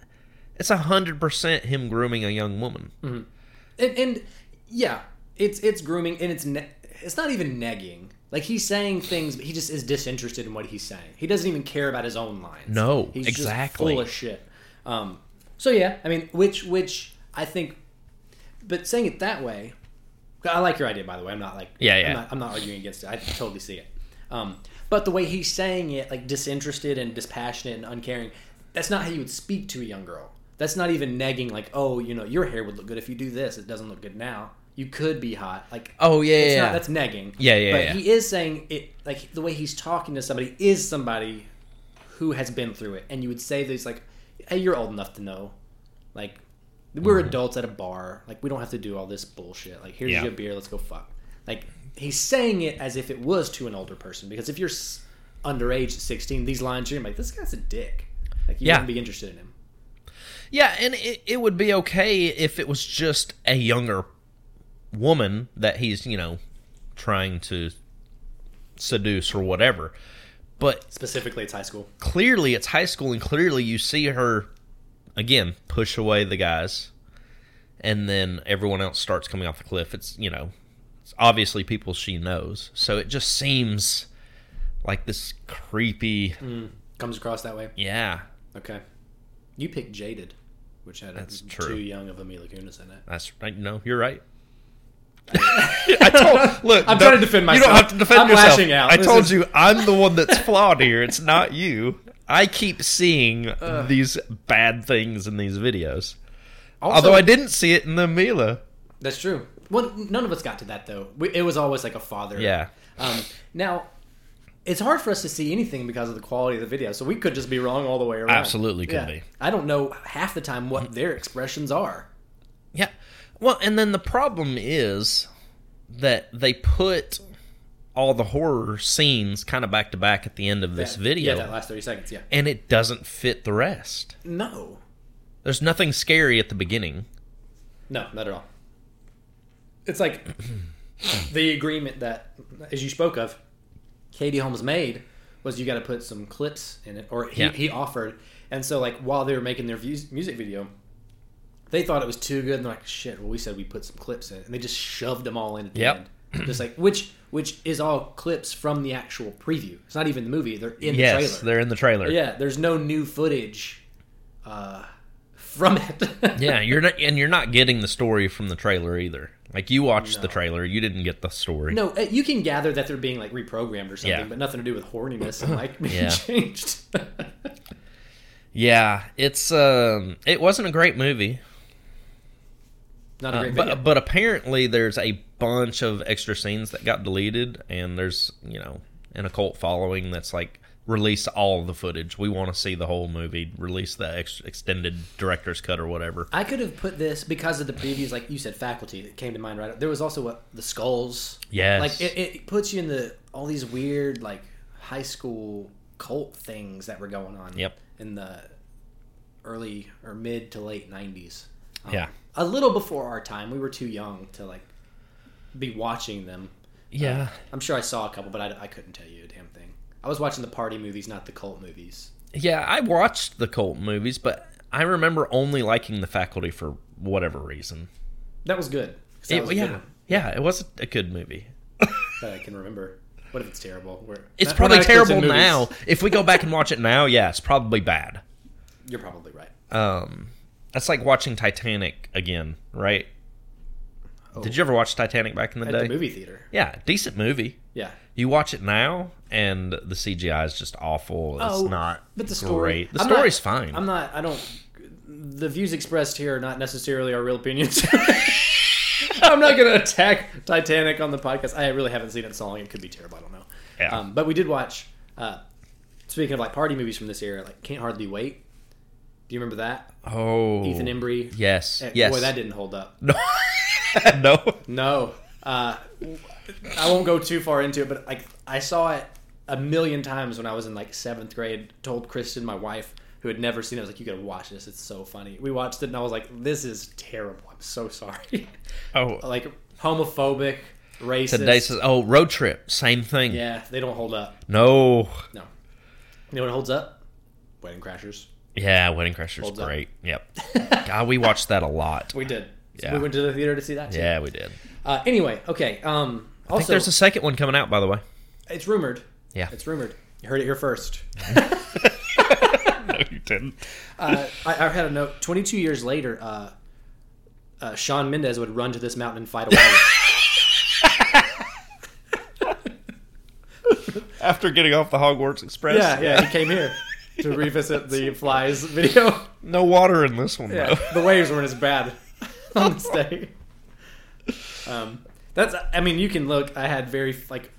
Speaker 2: it's a hundred percent him grooming a young woman.
Speaker 1: Hmm. and, and yeah, it's it's grooming, and it's ne- it's not even negging. Like he's saying things, but he just is disinterested in what he's saying. He doesn't even care about his own lines.
Speaker 2: No,
Speaker 1: he's just
Speaker 2: exactly.
Speaker 1: full of shit. Um, so yeah, I mean, which which I think, but saying it that way, I like your idea by the way. I'm not like
Speaker 2: Yeah, yeah.
Speaker 1: I'm not, I'm not arguing against it. I totally see it. Um, but the way he's saying it, like disinterested and dispassionate and uncaring, that's not how you would speak to a young girl. That's not even negging like, oh, you know, your hair would look good if you do this. It doesn't look good now. You could be hot. Like,
Speaker 2: Oh yeah,
Speaker 1: it's
Speaker 2: yeah,
Speaker 1: not, that's negging.
Speaker 2: Yeah, yeah,
Speaker 1: But
Speaker 2: yeah.
Speaker 1: he is saying it like the way he's talking to somebody is somebody who has been through it, and you would say that he's like, hey, you're old enough to know, like. We're adults at a bar. Like we don't have to do all this bullshit. Like here's
Speaker 2: Mm-hmm. Yeah.
Speaker 1: your beer. Let's go fuck. Like he's saying it as if it was to an older person. Because if you're s- underage, at sixteen, these lines you're gonna be like, this guy's a dick. Like you
Speaker 2: Yeah.
Speaker 1: wouldn't be interested in him.
Speaker 2: Yeah, and it, it would be okay if it was just a younger woman that he's, you know, trying to seduce or whatever. But
Speaker 1: Specifically, it's high school.
Speaker 2: clearly it's high school and clearly you see her again push away the guys and then everyone else starts coming off the cliff. It's, you know, it's obviously people she knows. So it just seems like this creepy,
Speaker 1: Comes across that way.
Speaker 2: yeah,
Speaker 1: Okay. You picked Jaded, which had
Speaker 2: That's
Speaker 1: a,
Speaker 2: true.
Speaker 1: too young of Mila Kunis in it.
Speaker 2: That's right. No, you're right. (laughs) I told, look,
Speaker 1: I'm
Speaker 2: no,
Speaker 1: trying to defend
Speaker 2: You don't
Speaker 1: myself.
Speaker 2: have to defend
Speaker 1: I'm
Speaker 2: yourself.
Speaker 1: lashing out.
Speaker 2: I
Speaker 1: This
Speaker 2: told
Speaker 1: is-
Speaker 2: you I'm the one that's flawed here. It's not you. I keep seeing these bad things in these videos.
Speaker 1: Also,
Speaker 2: Although I didn't see it in the Mila.
Speaker 1: that's true. Well, none of us got to that though. We, it was always like a father.
Speaker 2: Yeah.
Speaker 1: Um, now, it's hard for us to see anything because of the quality of the video, so we could just be wrong all the way around.
Speaker 2: Absolutely could be.
Speaker 1: I don't know half the time what their expressions are.
Speaker 2: Yeah. Well, and then the problem is that they put all the horror scenes kind of back to back at the end of this
Speaker 1: That-
Speaker 2: video,
Speaker 1: Yeah, that last thirty seconds. Yeah.
Speaker 2: and it doesn't fit the rest.
Speaker 1: No.
Speaker 2: There's nothing scary at the beginning.
Speaker 1: No, not at all. It's like (clears throat) the agreement that, as you spoke of, Katie Holmes made was you got to put some clips in it, or he,
Speaker 2: Yeah.
Speaker 1: he offered. And so, like, while they were making their views, music video, they thought it was too good. And they're like, shit, well, we said we put some clips in. And they just shoved them all in at the
Speaker 2: Yep.
Speaker 1: end. Just like, which which is all clips from the actual preview. It's not even the movie, they're in the trailer.
Speaker 2: Yes, they're in the trailer.
Speaker 1: yeah, there's no new footage uh, from it.
Speaker 2: (laughs) yeah, you're not, and you're not getting the story from the trailer either. Like you watched the trailer, you didn't get the story.
Speaker 1: No, uh, you can gather that they're being like reprogrammed or something,
Speaker 2: Yeah.
Speaker 1: but nothing to do with horniness and like being
Speaker 2: Yeah.
Speaker 1: changed. (laughs)
Speaker 2: Yeah, it's um, it wasn't a great movie,
Speaker 1: Not a
Speaker 2: uh,
Speaker 1: great video.
Speaker 2: but but apparently there's a bunch of extra scenes that got deleted, and there's you know an occult following that's like release all the footage. We want to see the whole movie. Release the ex- extended director's cut or whatever.
Speaker 1: I could have put this because of the previews, like you said, faculty that came to mind right. There was also what the skulls.
Speaker 2: Yes.
Speaker 1: like it, it puts you in the all these weird like high school cult things that were going on.
Speaker 2: Yep.
Speaker 1: in the early or mid to late nineties.
Speaker 2: Yeah.
Speaker 1: a little before our time. We were too young to like be watching them.
Speaker 2: Yeah.
Speaker 1: I'm sure I saw a couple, but I, I couldn't tell you a damn thing. I was watching the party movies, not the cult movies.
Speaker 2: Yeah, I watched the cult movies, but I remember only liking the faculty for whatever reason.
Speaker 1: That was good. 'cause that
Speaker 2: It-
Speaker 1: was a good
Speaker 2: yeah,
Speaker 1: one
Speaker 2: yeah, it was a good movie.
Speaker 1: that I can remember. What if it's terrible? We're,
Speaker 2: It's
Speaker 1: we're
Speaker 2: probably
Speaker 1: not experts in
Speaker 2: terrible
Speaker 1: movies.
Speaker 2: now. If we go back and watch it now, yeah, it's probably bad.
Speaker 1: You're probably right.
Speaker 2: Um, that's like watching Titanic again, right? Did you ever watch Titanic back in the
Speaker 1: At
Speaker 2: day?
Speaker 1: Oh. the movie theater.
Speaker 2: Yeah, decent movie.
Speaker 1: Yeah.
Speaker 2: You watch it now, and the CGI is just awful. It's
Speaker 1: Oh,
Speaker 2: not
Speaker 1: but the story-
Speaker 2: great. The
Speaker 1: I'm not-
Speaker 2: story's fine.
Speaker 1: I'm not. I don't. The views expressed here are not necessarily our real opinions. (laughs) I'm not going to attack Titanic on the podcast. I really haven't seen it so long. It could be terrible. I don't know.
Speaker 2: Yeah.
Speaker 1: Um, but we did watch. Uh, speaking of like party movies from this era, like Can't Hardly Wait. Do you remember that?
Speaker 2: oh,
Speaker 1: Ethan Embry.
Speaker 2: Yes,
Speaker 1: Eh,
Speaker 2: yes.
Speaker 1: Boy,
Speaker 2: (laughs)
Speaker 1: that didn't hold up.
Speaker 2: no.
Speaker 1: No, uh, I won't go too far into it, but like I saw it a million times when I was in like seventh grade. Told Kristen, my wife, who had never seen it. I was like, "You gotta watch this. It's so funny." We watched it, and I was like, "This is terrible. I'm so sorry." (laughs)
Speaker 2: Oh,
Speaker 1: like homophobic, racist.
Speaker 2: today says oh road trip, same thing.
Speaker 1: yeah, they don't hold up.
Speaker 2: No,
Speaker 1: No, you know what holds up? Wedding Crashers.
Speaker 2: yeah, Wedding Crashers
Speaker 1: Holds up.
Speaker 2: great.
Speaker 1: (laughs)
Speaker 2: Yep, God, we watched that a lot.
Speaker 1: We did.
Speaker 2: Yeah.
Speaker 1: We went to the theater to see that. Too.
Speaker 2: Yeah, we did.
Speaker 1: Uh, anyway, okay. Um,
Speaker 2: I think
Speaker 1: also,
Speaker 2: there's a second one coming out, by the way.
Speaker 1: it's rumored.
Speaker 2: Yeah.
Speaker 1: It's rumored. You heard it here first.
Speaker 2: (laughs) no, you didn't.
Speaker 1: uh, I, I had a note. Twenty-two years later, uh, uh, Sean Mendez would run to this mountain and fight a whale.
Speaker 2: After getting off the Hogwarts Express.
Speaker 1: yeah, yeah. He came here to revisit the flies video. (laughs)
Speaker 2: No water in this one,
Speaker 1: Yeah, the waves weren't as bad (laughs) on this day. Um, that's. I mean, you can look. I had very like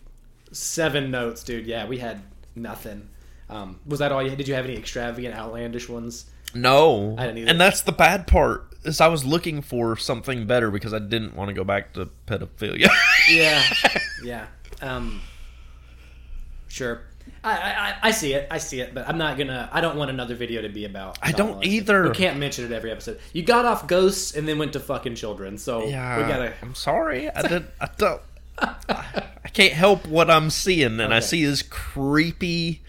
Speaker 1: seven notes, dude. Yeah, we had nothing. Um, was that all you? Did you have any extravagant, outlandish ones?
Speaker 2: (laughs) No.
Speaker 1: I didn't either.
Speaker 2: And that's the bad part, is I was looking for something better because I didn't want to go back to pedophilia. (laughs)
Speaker 1: Yeah, (laughs) yeah. Um, sure. I, I, I- I see it. I see it. But I'm not gonna. I don't want another video to be about.
Speaker 2: I don't
Speaker 1: Donald.
Speaker 2: either.
Speaker 1: We can't mention it every episode. You got off ghosts and then went to fucking children. So
Speaker 2: yeah.
Speaker 1: we gotta.
Speaker 2: I'm sorry. I didn't I don't
Speaker 1: (laughs)
Speaker 2: I can't help what I'm seeing, and I
Speaker 1: Okay.
Speaker 2: see this creepy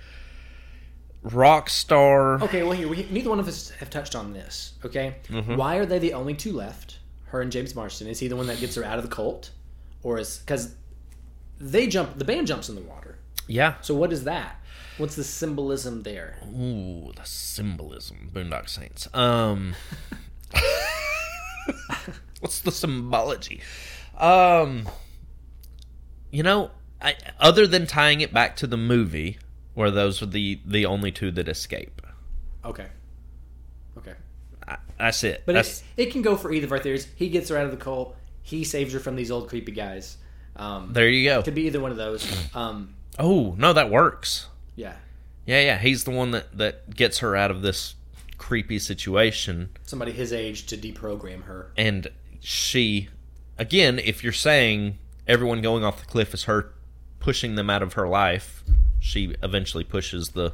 Speaker 2: rock star.
Speaker 1: Okay. Well, here we neither one of us have touched on this. Okay.
Speaker 2: Mm-hmm.
Speaker 1: Why are they the only two left? Her and James Marston. Is he the one that gets her out of the cult, or is because they jump? The band jumps in the water.
Speaker 2: Yeah.
Speaker 1: So what is that? What's the symbolism there?
Speaker 2: Ooh, the symbolism, Boondock Saints. Um, (laughs) what's the symbology? Um, you know, I, other than tying it back to the movie, where those were the the only two that escape.
Speaker 1: Okay. Okay.
Speaker 2: I, that's it.
Speaker 1: But
Speaker 2: that's,
Speaker 1: it, it can go for either of our theories. He gets her out of the cult. He saves her from these old creepy guys. Um,
Speaker 2: there you go.
Speaker 1: could be either one of those. Um,
Speaker 2: Oh no, that works.
Speaker 1: yeah,
Speaker 2: Yeah, yeah. He's the one that that gets her out of this creepy situation.
Speaker 1: somebody his age to deprogram her.
Speaker 2: and she again if you're saying everyone going off the cliff is her pushing them out of her life she eventually pushes the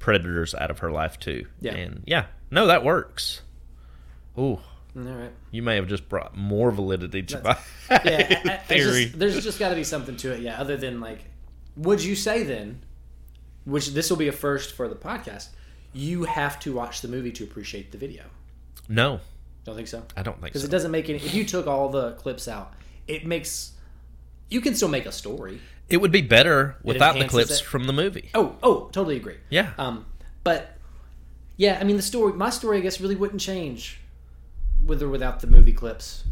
Speaker 2: predators out of her life too
Speaker 1: Yeah.
Speaker 2: and yeah no that works Ooh,
Speaker 1: Mm, All
Speaker 2: (laughs)
Speaker 1: right.
Speaker 2: you may have just brought more validity to my
Speaker 1: Yeah, I- I- it's
Speaker 2: (laughs) theory
Speaker 1: just- there's just got to be something to it. Yeah, other than like, would you say then? Which this will be a first for the podcast. You have to watch the movie to appreciate the video.
Speaker 2: no
Speaker 1: Don't think so.
Speaker 2: i don't think
Speaker 1: Because
Speaker 2: so
Speaker 1: it doesn't make any. If you took all the clips out, it makes. You can still make a story.
Speaker 2: it would be better without the
Speaker 1: enhances
Speaker 2: clips
Speaker 1: it.
Speaker 2: from the movie
Speaker 1: Oh, oh, totally agree.
Speaker 2: yeah
Speaker 1: Um, but yeah, I mean the story. My story, I guess, really wouldn't change with or without the movie clips,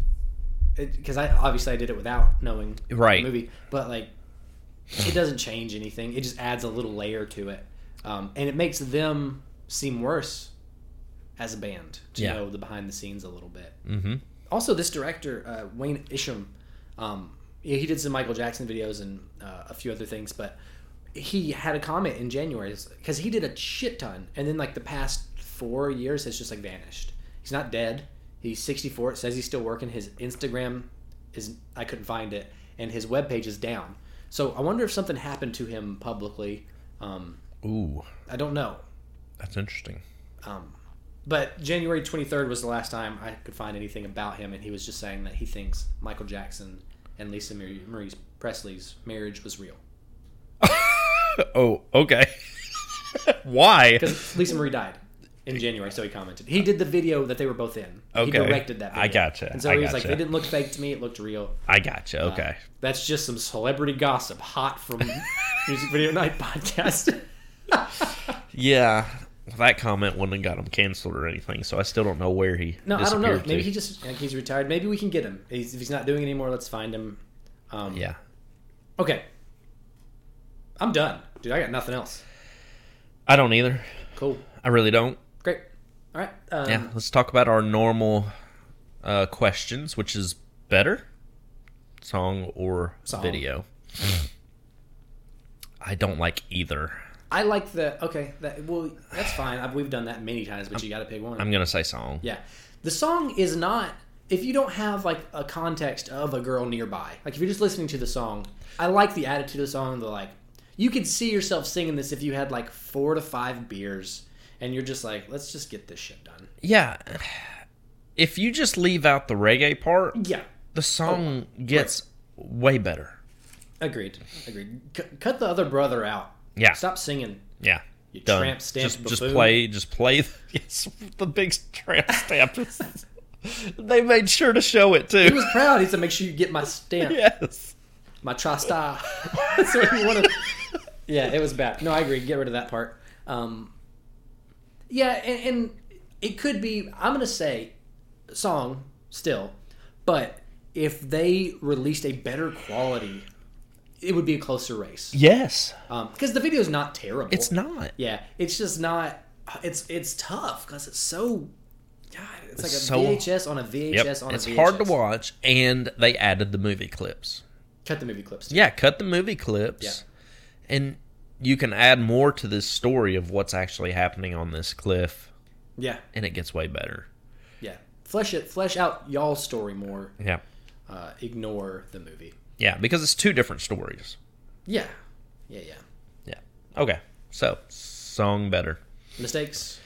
Speaker 1: because I obviously I did it without knowing
Speaker 2: Right.
Speaker 1: the movie. But like, it doesn't change anything. It just adds a little layer to it, um, and it makes them seem worse as a band to
Speaker 2: Yeah.
Speaker 1: know the behind the scenes a little bit.
Speaker 2: mm-hmm.
Speaker 1: Also, this director uh, Wayne Isham, um, yeah, he did some Michael Jackson videos and uh, a few other things, but he had a comment in January because he did a shit ton, and then like the past four years has just like vanished. He's not dead. He's 64. It says he's still working. His Instagram is I couldn't find it, and his webpage is down. So I wonder if something happened to him publicly. Um,
Speaker 2: ooh
Speaker 1: I don't know.
Speaker 2: that's interesting (laughs)
Speaker 1: Um, but January 23rd was the last time I could find anything about him, and he was just saying that he thinks Michael Jackson and Lisa Marie, Marie Presley's marriage was
Speaker 2: (laughs)
Speaker 1: real.
Speaker 2: oh okay (laughs)
Speaker 1: (laughs)
Speaker 2: why
Speaker 1: Because Lisa Marie died in January, so he commented. He did the video that they were both in. He
Speaker 2: Uh, Okay.
Speaker 1: directed that video.
Speaker 2: I gotcha.
Speaker 1: And so
Speaker 2: I
Speaker 1: he was like,
Speaker 2: gotcha.
Speaker 1: they didn't look fake to me, it looked real.
Speaker 2: i gotcha okay
Speaker 1: That's just some celebrity gossip hot
Speaker 2: (laughs)
Speaker 1: from Music Video Night podcast. (laughs)
Speaker 2: Yeah, well, that comment wouldn't have got him canceled or anything, so I still don't know where he.
Speaker 1: No, I don't know.
Speaker 2: disappeared
Speaker 1: Maybe
Speaker 2: to.
Speaker 1: he just, like, he's retired. Maybe we can get him. He's, if he's not doing it anymore, let's find him. Um,
Speaker 2: Yeah.
Speaker 1: Okay. I'm done. Dude, I got nothing else.
Speaker 2: I don't either.
Speaker 1: Cool.
Speaker 2: I really don't.
Speaker 1: Great. All right. Um,
Speaker 2: yeah, let's talk about our normal uh, questions, which is better song or
Speaker 1: Song.
Speaker 2: video. I don't like either.
Speaker 1: I like the. Okay. That, well, that's fine. I, we've done that many times, but you got to pick one.
Speaker 2: I'm gonna say song.
Speaker 1: yeah. The song is not. If you don't have like a context of a girl nearby, like if you're just listening to the song, I like the attitude of the song. The like, you could see yourself singing this if you had like four to five beers and you're just like, let's just get this shit done.
Speaker 2: Yeah. If you just leave out the reggae part,
Speaker 1: Yeah,
Speaker 2: the song
Speaker 1: Oh.
Speaker 2: gets way better.
Speaker 1: agreed, agreed. C- cut the other brother out.
Speaker 2: Yeah.
Speaker 1: Stop singing.
Speaker 2: Yeah.
Speaker 1: You
Speaker 2: Done.
Speaker 1: tramp stamp
Speaker 2: just, just
Speaker 1: buffoon.
Speaker 2: play, just play. The, (laughs) yes, the big (laughs) tramp stamp. they made sure to show it
Speaker 1: He
Speaker 2: too.
Speaker 1: was proud. He said, make sure you get my stamp,
Speaker 2: (laughs) Yes.
Speaker 1: my (laughs) tri-star. That's what you want to. Yeah, it was bad. No, I agree. Get rid of that part. Um, yeah, and, and it could be. I'm gonna say song still, but if they released a better quality, it would be a closer race.
Speaker 2: (laughs) Yes.
Speaker 1: because the video's not terrible.
Speaker 2: It's not.
Speaker 1: Yeah, it's just not. It's it's tough because it's so. God, it's like a
Speaker 2: so-
Speaker 1: VHS on a VHS
Speaker 2: Yep.
Speaker 1: on a
Speaker 2: It's
Speaker 1: VHS.
Speaker 2: hard to watch, and they added the movie clips.
Speaker 1: Cut the movie clips.
Speaker 2: Yeah, cut the movie clips, and you can add more to this story of what's actually happening on this cliff,
Speaker 1: Yeah,
Speaker 2: and it gets way better.
Speaker 1: yeah. Flesh it, flesh out y'all's story more.
Speaker 2: Yeah,
Speaker 1: Uh, ignore the movie.
Speaker 2: yeah, because it's two different stories.
Speaker 1: Yeah, yeah, yeah.
Speaker 2: Yeah. Okay. So song better.
Speaker 1: Mistakes?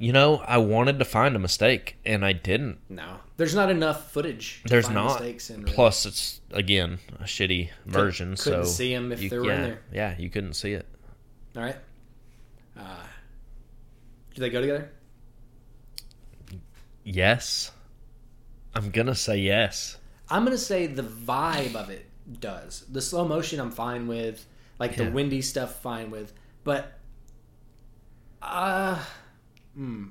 Speaker 2: You know, I wanted to find a mistake, and I didn't.
Speaker 1: No, there's not enough footage. To
Speaker 2: There's
Speaker 1: find
Speaker 2: not.
Speaker 1: mistakes in.
Speaker 2: Plus, it's again a shitty version,
Speaker 1: couldn't
Speaker 2: so
Speaker 1: see 'em if
Speaker 2: you-
Speaker 1: they were in
Speaker 2: yeah,
Speaker 1: there.
Speaker 2: Yeah, you couldn't see it.
Speaker 1: all right. Uh, do they go together?
Speaker 2: Yes, I'm gonna say yes.
Speaker 1: I'm gonna say the vibe of it does. The slow motion I'm fine with, like
Speaker 2: Yeah.
Speaker 1: the windy stuff fine with, but uh hmm.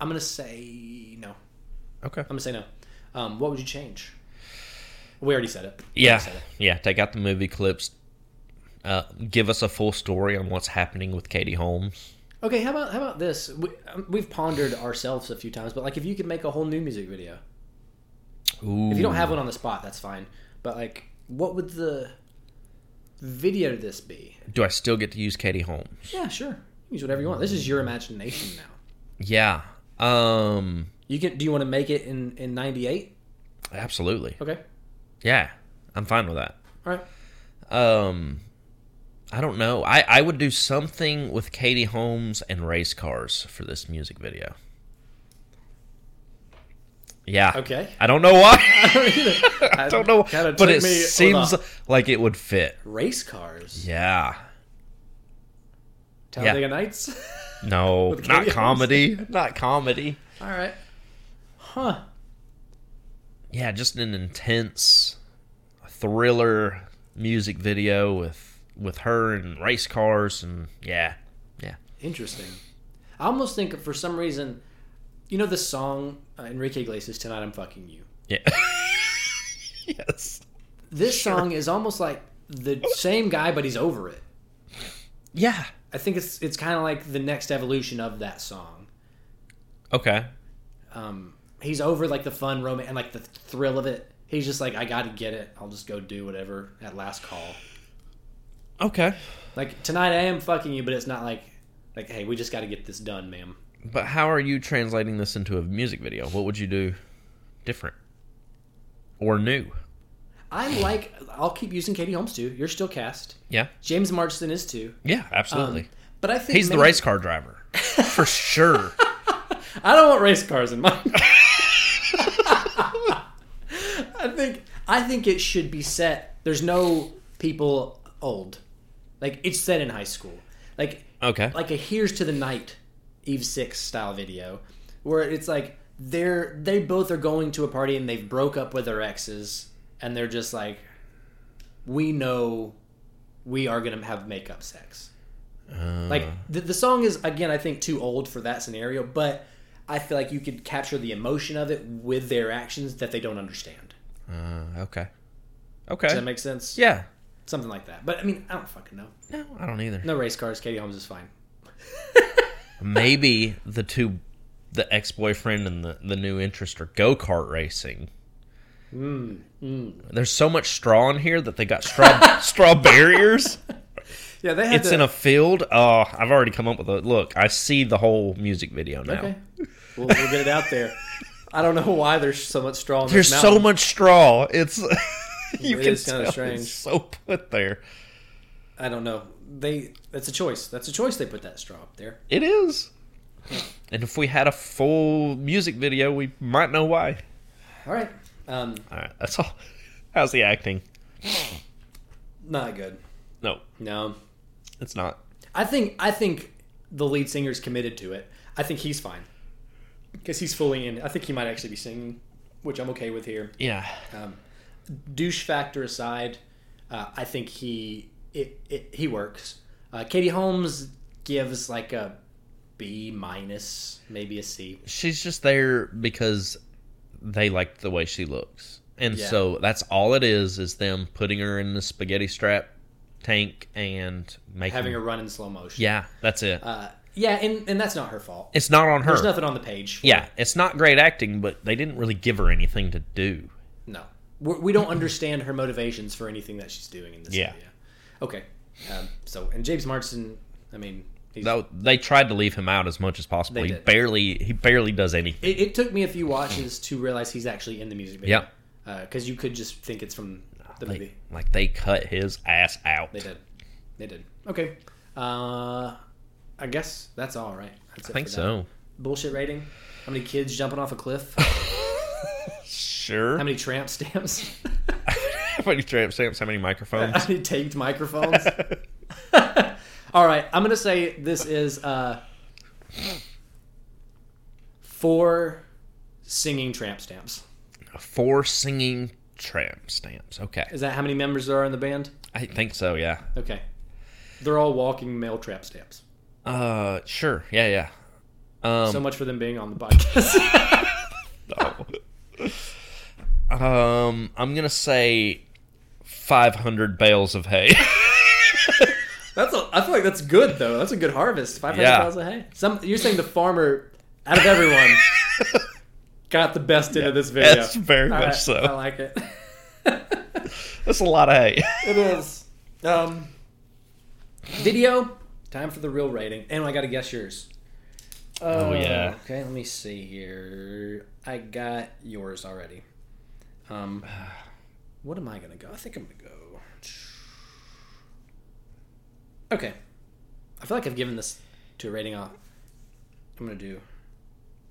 Speaker 1: I'm gonna say no. I'm
Speaker 2: Okay.
Speaker 1: gonna say no. Um, what would you change? We already said it. We
Speaker 2: Yeah,
Speaker 1: already said it.
Speaker 2: yeah. Take out the movie clips. Uh, give us a full story on what's happening with Katie Holmes.
Speaker 1: Okay. How about how about this? We, um, we've pondered ourselves a few times, but like if you could make a whole new music video,
Speaker 2: Ooh.
Speaker 1: if you don't have one on the spot, that's fine. But like, what would the video to this be?
Speaker 2: do I still get to use Katie Holmes?
Speaker 1: Yeah, sure. Use whatever you want. This is your imagination now.
Speaker 2: Yeah. Um.
Speaker 1: You can. Do you want to make it in in '98?
Speaker 2: Absolutely.
Speaker 1: Okay.
Speaker 2: Yeah. I'm fine with that.
Speaker 1: All right.
Speaker 2: Um. I don't know. I I would do something with Katie Holmes and race cars for this music video. Yeah.
Speaker 1: Okay.
Speaker 2: I don't know
Speaker 1: (laughs)
Speaker 2: why. (laughs) I don't know.
Speaker 1: Kinda
Speaker 2: But
Speaker 1: took
Speaker 2: it
Speaker 1: me-
Speaker 2: seems
Speaker 1: hold on.
Speaker 2: like it would fit.
Speaker 1: race cars.
Speaker 2: Yeah.
Speaker 1: Talladega Nights. (laughs)
Speaker 2: No,
Speaker 1: With
Speaker 2: not
Speaker 1: Katie
Speaker 2: comedy. not comedy.
Speaker 1: All right. Huh.
Speaker 2: Yeah, just an intense thriller music video with with her and race cars and yeah. Yeah.
Speaker 1: Interesting. I almost think for some reason, you know the song uh, Enrique Iglesias "Tonight I'm Fucking You."
Speaker 2: Yeah. (laughs) yes.
Speaker 1: This song is almost like the same guy, but he's over it.
Speaker 2: Yeah.
Speaker 1: I think it's it's kind of like the next evolution of that song.
Speaker 2: Okay.
Speaker 1: um, he's over like the fun romance and like the thrill of it. He's just like, I got to get it. I'll just go do whatever at last call.
Speaker 2: Okay.
Speaker 1: Like tonight, I am fucking you, but it's not like, like, hey, we just got to get this done, ma'am.
Speaker 2: But how are you translating this into a music video? What would you do different or new?
Speaker 1: I like. I'll keep using Katie Holmes too. You're still cast.
Speaker 2: Yeah.
Speaker 1: James Marsden is too.
Speaker 2: Yeah,
Speaker 1: Um,
Speaker 2: absolutely.
Speaker 1: but I think
Speaker 2: He's the
Speaker 1: maybe-
Speaker 2: race
Speaker 1: (laughs)
Speaker 2: car driver. For sure.
Speaker 1: I don't want race cars in mine. I think I think it should be set. There's no people old. Like it's set in high school. Like
Speaker 2: Okay.
Speaker 1: like a here's to the night eve 6 style video where it's like they're they both are going to a party and they've broke up with their exes and they're just like we know we are gonna have makeup sex
Speaker 2: Uh,
Speaker 1: like the, the song is again i think too old for that scenario but i feel like you could capture the emotion of it with their actions that they don't understand
Speaker 2: uh, okay.
Speaker 1: does that
Speaker 2: Okay.
Speaker 1: make sense
Speaker 2: Yeah.
Speaker 1: something like that but i mean i don't fucking know
Speaker 2: No, I don't either.
Speaker 1: no race cars katie holmes is fine
Speaker 2: Maybe the two, the ex boyfriend and the, the new interest are go kart racing.
Speaker 1: Mm,
Speaker 2: There's so much straw in here that they got straw (laughs) straw barriers.
Speaker 1: yeah they had (laughs)
Speaker 2: It's in a field. Oh, I've already come up with a look. I see the whole music video now.
Speaker 1: Okay. We'll, we'll get it out there. I don't know why there's so much straw in
Speaker 2: There's
Speaker 1: this
Speaker 2: so
Speaker 1: mountain.
Speaker 2: much straw. It's (laughs) you
Speaker 1: It
Speaker 2: can
Speaker 1: is kinda
Speaker 2: tell
Speaker 1: strange.
Speaker 2: it's so put there.
Speaker 1: I don't know. they that's a choice. That's a choice. They put that straw up there.
Speaker 2: It is. And if we had a full music video, we might know why.
Speaker 1: All right, um,
Speaker 2: All right, that's all. (laughs) How's the acting?
Speaker 1: not good.
Speaker 2: No,
Speaker 1: No,
Speaker 2: it's not.
Speaker 1: I think I think the lead singer's committed to it. I think he's fine because he's fully in. I think he might actually be singing, which I'm okay with here.
Speaker 2: Yeah.
Speaker 1: Um, douche factor aside, uh, I think he it, it he works. Uh, Katie Holmes gives like a B minus, maybe a C.
Speaker 2: She's just there because they like the way she looks. And
Speaker 1: Yeah.
Speaker 2: so that's all it is is them putting her in the spaghetti strap tank and making
Speaker 1: Having a run in slow motion.
Speaker 2: Hmm. Yeah, that's it.
Speaker 1: Uh, yeah, and, and that's not her fault.
Speaker 2: it's not on her.
Speaker 1: There's nothing on the page. for
Speaker 2: yeah, it's not great acting, but they didn't really give her anything to do.
Speaker 1: No, We're, we don't understand her motivations for anything that she's doing in this.
Speaker 2: Yeah.
Speaker 1: Video. Okay. Um, so and James Marsden, I mean, he's,
Speaker 2: Though they tried to leave him out as much as possible.
Speaker 1: They
Speaker 2: he
Speaker 1: did.
Speaker 2: barely he barely does anything.
Speaker 1: it, it took me a few watches to realize he's actually in the music video.
Speaker 2: Yeah.
Speaker 1: Yeah. Because you could just think it's from the
Speaker 2: Like,
Speaker 1: movie.
Speaker 2: like they cut his ass out.
Speaker 1: They did. They did. Okay. Uh, I guess that's all right. That's
Speaker 2: I
Speaker 1: it
Speaker 2: think
Speaker 1: for that.
Speaker 2: so.
Speaker 1: Bullshit rating. How many kids jumping off a cliff?
Speaker 2: (laughs) Sure.
Speaker 1: How
Speaker 2: (laughs)
Speaker 1: many tramp stamps? (laughs)
Speaker 2: How many tramp stamps? How many microphones?
Speaker 1: How many (laughs) taped microphones? All right, I'm gonna say this is uh, four singing tramp stamps.
Speaker 2: Four singing tramp stamps. Okay.
Speaker 1: Is that how many members there are in the band?
Speaker 2: I think so, yeah.
Speaker 1: Okay, they're all walking male tramp stamps.
Speaker 2: Uh sure. Yeah, yeah. Um
Speaker 1: so much for them being on the podcast. (laughs)
Speaker 2: um I'm going to say 500 bales of hay. (laughs)
Speaker 1: that's a, I feel like that's good though. That's a good harvest. Five hundred
Speaker 2: Yeah.
Speaker 1: thousand hay. Some you're saying the farmer out of everyone got the best into this video.
Speaker 2: That's very
Speaker 1: All
Speaker 2: much
Speaker 1: right, I
Speaker 2: so.
Speaker 1: like it. (laughs)
Speaker 2: That's a lot of hay.
Speaker 1: It is. Um, video. Time for the real rating. And I got to guess yours. Uh,
Speaker 2: Oh, yeah.
Speaker 1: Okay, let me see here. I got yours already. Um, what am I gonna go? I think I'm gonna go. Okay. I feel like I've given this to a rating off. I'm gonna do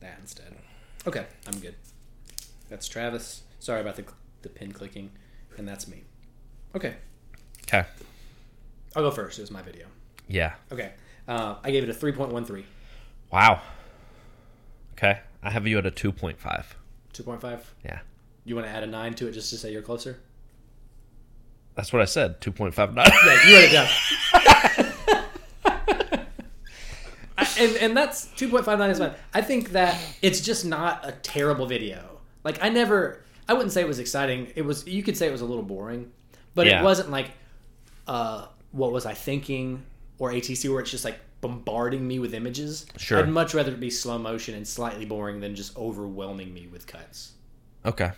Speaker 1: that instead. Okay, I'm good. That's Travis. Sorry about the the pin clicking, and that's me. Okay,
Speaker 2: (laughs) Okay.
Speaker 1: I'll go first. It was my video.
Speaker 2: Yeah.
Speaker 1: Okay. Uh, I gave it a 3.13.
Speaker 2: Wow. Okay. I have you at a 2.5.
Speaker 1: 2.5.
Speaker 2: Yeah.
Speaker 1: You want to add a 9 to it just to say you're closer?
Speaker 2: That's what I said. 2.59.
Speaker 1: Yeah, you wrote it down. (laughs) I- and, and that's 2.59 is fine. I think that it's just not a terrible video. Like, I never, I wouldn't say it was exciting. It was, you could say it was a little boring, but
Speaker 2: Yeah.
Speaker 1: it wasn't like, uh, what was I thinking? Or ATC, where it's just like bombarding me with images.
Speaker 2: Sure.
Speaker 1: I'd much rather it be slow motion and slightly boring than just overwhelming me with cuts.
Speaker 2: (laughs) Okay.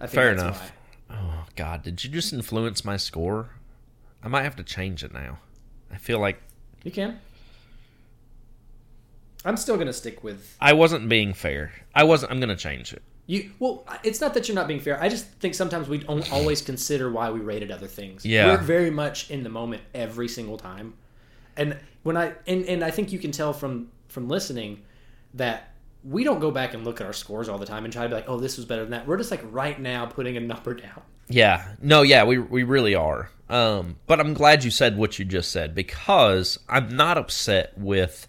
Speaker 1: I think
Speaker 2: Fair
Speaker 1: that's
Speaker 2: enough. Oh God, did you just influence my score? I might have to change it now. I feel like
Speaker 1: You can. I'm still gonna stick with
Speaker 2: I wasn't being fair. I wasn't. I'm gonna change it.
Speaker 1: you. Well, it's not that you're not being fair. I just think sometimes we don't always consider why we rated other things.
Speaker 2: Yeah.
Speaker 1: we're very much in the moment every single time, and when I and and I think you can tell from from listening that we don't go back and look at our scores all the time and try to be like, oh, this was better than that. We're just like right now putting a number down.
Speaker 2: Yeah. No. Yeah. We we really are. Um. But I'm glad you said what you just said because I'm not upset with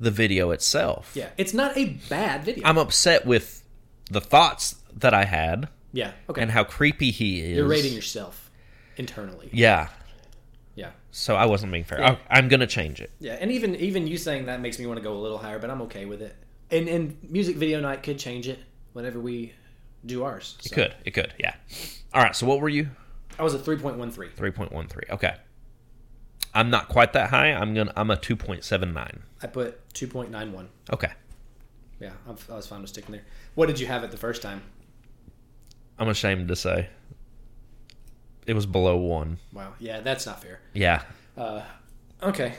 Speaker 2: the video itself.
Speaker 1: Yeah, it's not a bad video.
Speaker 2: I'm upset with the thoughts that I had
Speaker 1: yeah, okay.
Speaker 2: and how creepy he is.
Speaker 1: you're rating yourself internally.
Speaker 2: Yeah.
Speaker 1: Yeah.
Speaker 2: So I wasn't being fair.
Speaker 1: Yeah.
Speaker 2: I, I'm gonna change it.
Speaker 1: Yeah, and even even you saying that makes me want to go a little higher, but I'm okay with it. And and music video night could change it whenever we do ours.
Speaker 2: It
Speaker 1: So.
Speaker 2: could. It could. Yeah. All right. So what were you?
Speaker 1: I was a three point one three.
Speaker 2: Three point one three. Okay. I'm not quite that high. I'm gonna. I'm a two point seven nine.
Speaker 1: I put two point nine one.
Speaker 2: Okay.
Speaker 1: Yeah, I'm, I was fine with sticking there. What did you have it the first time?
Speaker 2: I'm ashamed to say. It was below one.
Speaker 1: Wow. Yeah, that's not fair.
Speaker 2: Yeah.
Speaker 1: Uh, okay.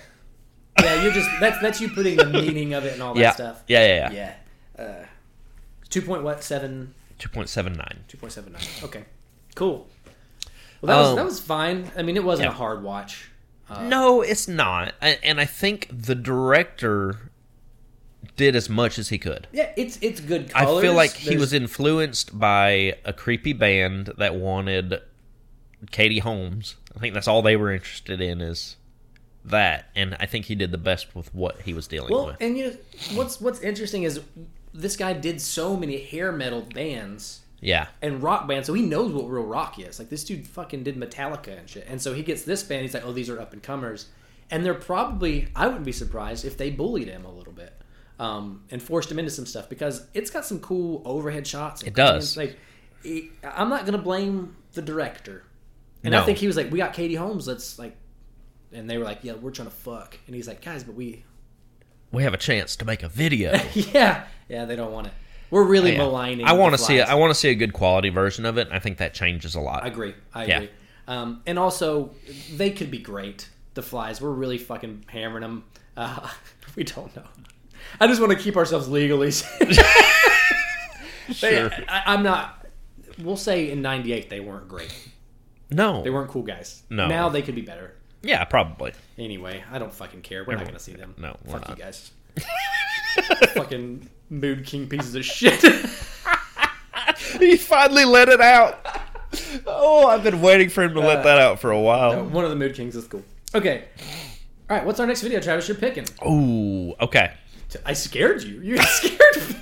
Speaker 1: Yeah, you're just that's that's you putting the meaning of it and all that
Speaker 2: Yeah.
Speaker 1: stuff.
Speaker 2: yeah. Yeah. Yeah.
Speaker 1: Yeah. Uh, two point what seven
Speaker 2: Two point seven nine.
Speaker 1: two point seven nine. Okay. Cool. Well, that was
Speaker 2: Um,
Speaker 1: that was fine. I mean, it wasn't
Speaker 2: yeah.
Speaker 1: a hard watch.
Speaker 2: no, it's not. I, and I think the director did as much as he could.
Speaker 1: Yeah, it's it's good
Speaker 2: I
Speaker 1: colors.
Speaker 2: feel like he
Speaker 1: There's-
Speaker 2: was influenced by a creepy band that wanted Katie Holmes. I think that's all they were interested in is that, and I think he did the best with what he was dealing
Speaker 1: Well,
Speaker 2: with.
Speaker 1: and you know, what's what's interesting is this guy did so many hair metal bands
Speaker 2: yeah,
Speaker 1: and rock bands, so he knows what real rock is. Like this dude fucking did Metallica and shit, and so he gets this band. He's like, oh, these are up and comers, and they're probably I wouldn't be surprised if they bullied him a little bit um, and forced him into some stuff because it's got some cool overhead shots. and
Speaker 2: It does.
Speaker 1: Like, it, I'm not gonna blame the director, and I
Speaker 2: No.
Speaker 1: think he was like, we got Katie Holmes. Let's like, and they were like, yeah, we're trying to fuck, and he's like, guys, but we (laughs)
Speaker 2: we have a chance to make a video.
Speaker 1: yeah, yeah, they don't want it. We're really
Speaker 2: Oh, Yeah.
Speaker 1: maligning.
Speaker 2: I want to
Speaker 1: the
Speaker 2: see.
Speaker 1: flies.
Speaker 2: I want to see a good quality version of it. I think that changes a lot.
Speaker 1: I agree. I
Speaker 2: Yeah.
Speaker 1: agree. Um, and also, they could be great. The flies. We're really fucking hammering them. Uh, (laughs) we don't know. I just want to keep ourselves legally.
Speaker 2: (laughs) Sure.
Speaker 1: I, I'm not. We'll say in '98 they weren't great.
Speaker 2: no.
Speaker 1: They weren't cool guys.
Speaker 2: No.
Speaker 1: Now they could be better.
Speaker 2: yeah, probably.
Speaker 1: Anyway, I don't fucking care. We're not gonna see them.
Speaker 2: No, we're
Speaker 1: fuck
Speaker 2: not.
Speaker 1: you guys. fucking mood king pieces of shit. (laughs)
Speaker 2: he finally let it out. Oh, I've been waiting for him to let that out for a while.
Speaker 1: One of the mood kings is cool. Okay. All right. What's our next video, Travis? You're picking.
Speaker 2: Ooh, okay.
Speaker 1: I scared you. (laughs) You scared
Speaker 2: (laughs)
Speaker 1: me.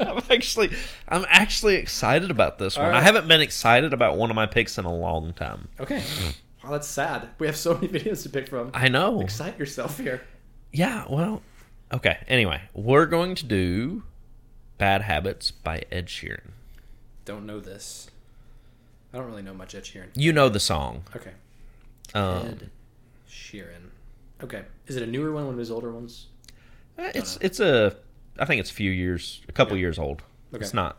Speaker 2: I'm actually, I'm actually excited about this one. I
Speaker 1: right.
Speaker 2: haven't been excited about one of my picks in a long time.
Speaker 1: okay. Wow, that's sad. We have so (laughs) many videos to pick from.
Speaker 2: Hmm. I know.
Speaker 1: Excite yourself here.
Speaker 2: Yeah. Well. Okay. Anyway, we're going to do "Bad Habits" by Ed Sheeran.
Speaker 1: Don't know this. I don't really know much Ed Sheeran.
Speaker 2: You know the song.
Speaker 1: Okay.
Speaker 2: Um,
Speaker 1: Ed Sheeran. Okay. Is it a newer one, one of his older ones?
Speaker 2: eh, it's it's a. I think it's a few years, a couple years old.
Speaker 1: Okay.
Speaker 2: It's not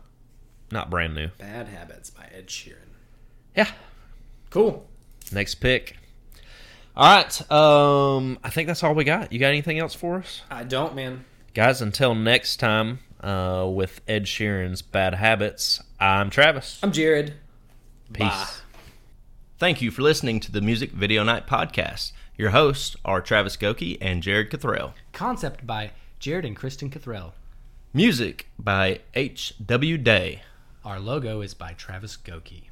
Speaker 2: not brand new.
Speaker 1: Bad Habits by Ed Sheeran.
Speaker 2: Yeah.
Speaker 1: Cool.
Speaker 2: Next pick. All right. Um, I think that's all we got. You got anything else for us?
Speaker 1: I don't, man.
Speaker 2: Guys, until next time uh, with Ed Sheeran's Bad Habits, I'm Travis.
Speaker 1: I'm Jared.
Speaker 2: Peace.
Speaker 1: Bye.
Speaker 3: Thank you for listening to the Music Video Night Podcast. Your hosts are Travis Goki and Jared Cathrell.
Speaker 1: Concept by Jared and Kristen Cathrell.
Speaker 3: Music by H.W. Day.
Speaker 1: Our logo is by Travis Goki.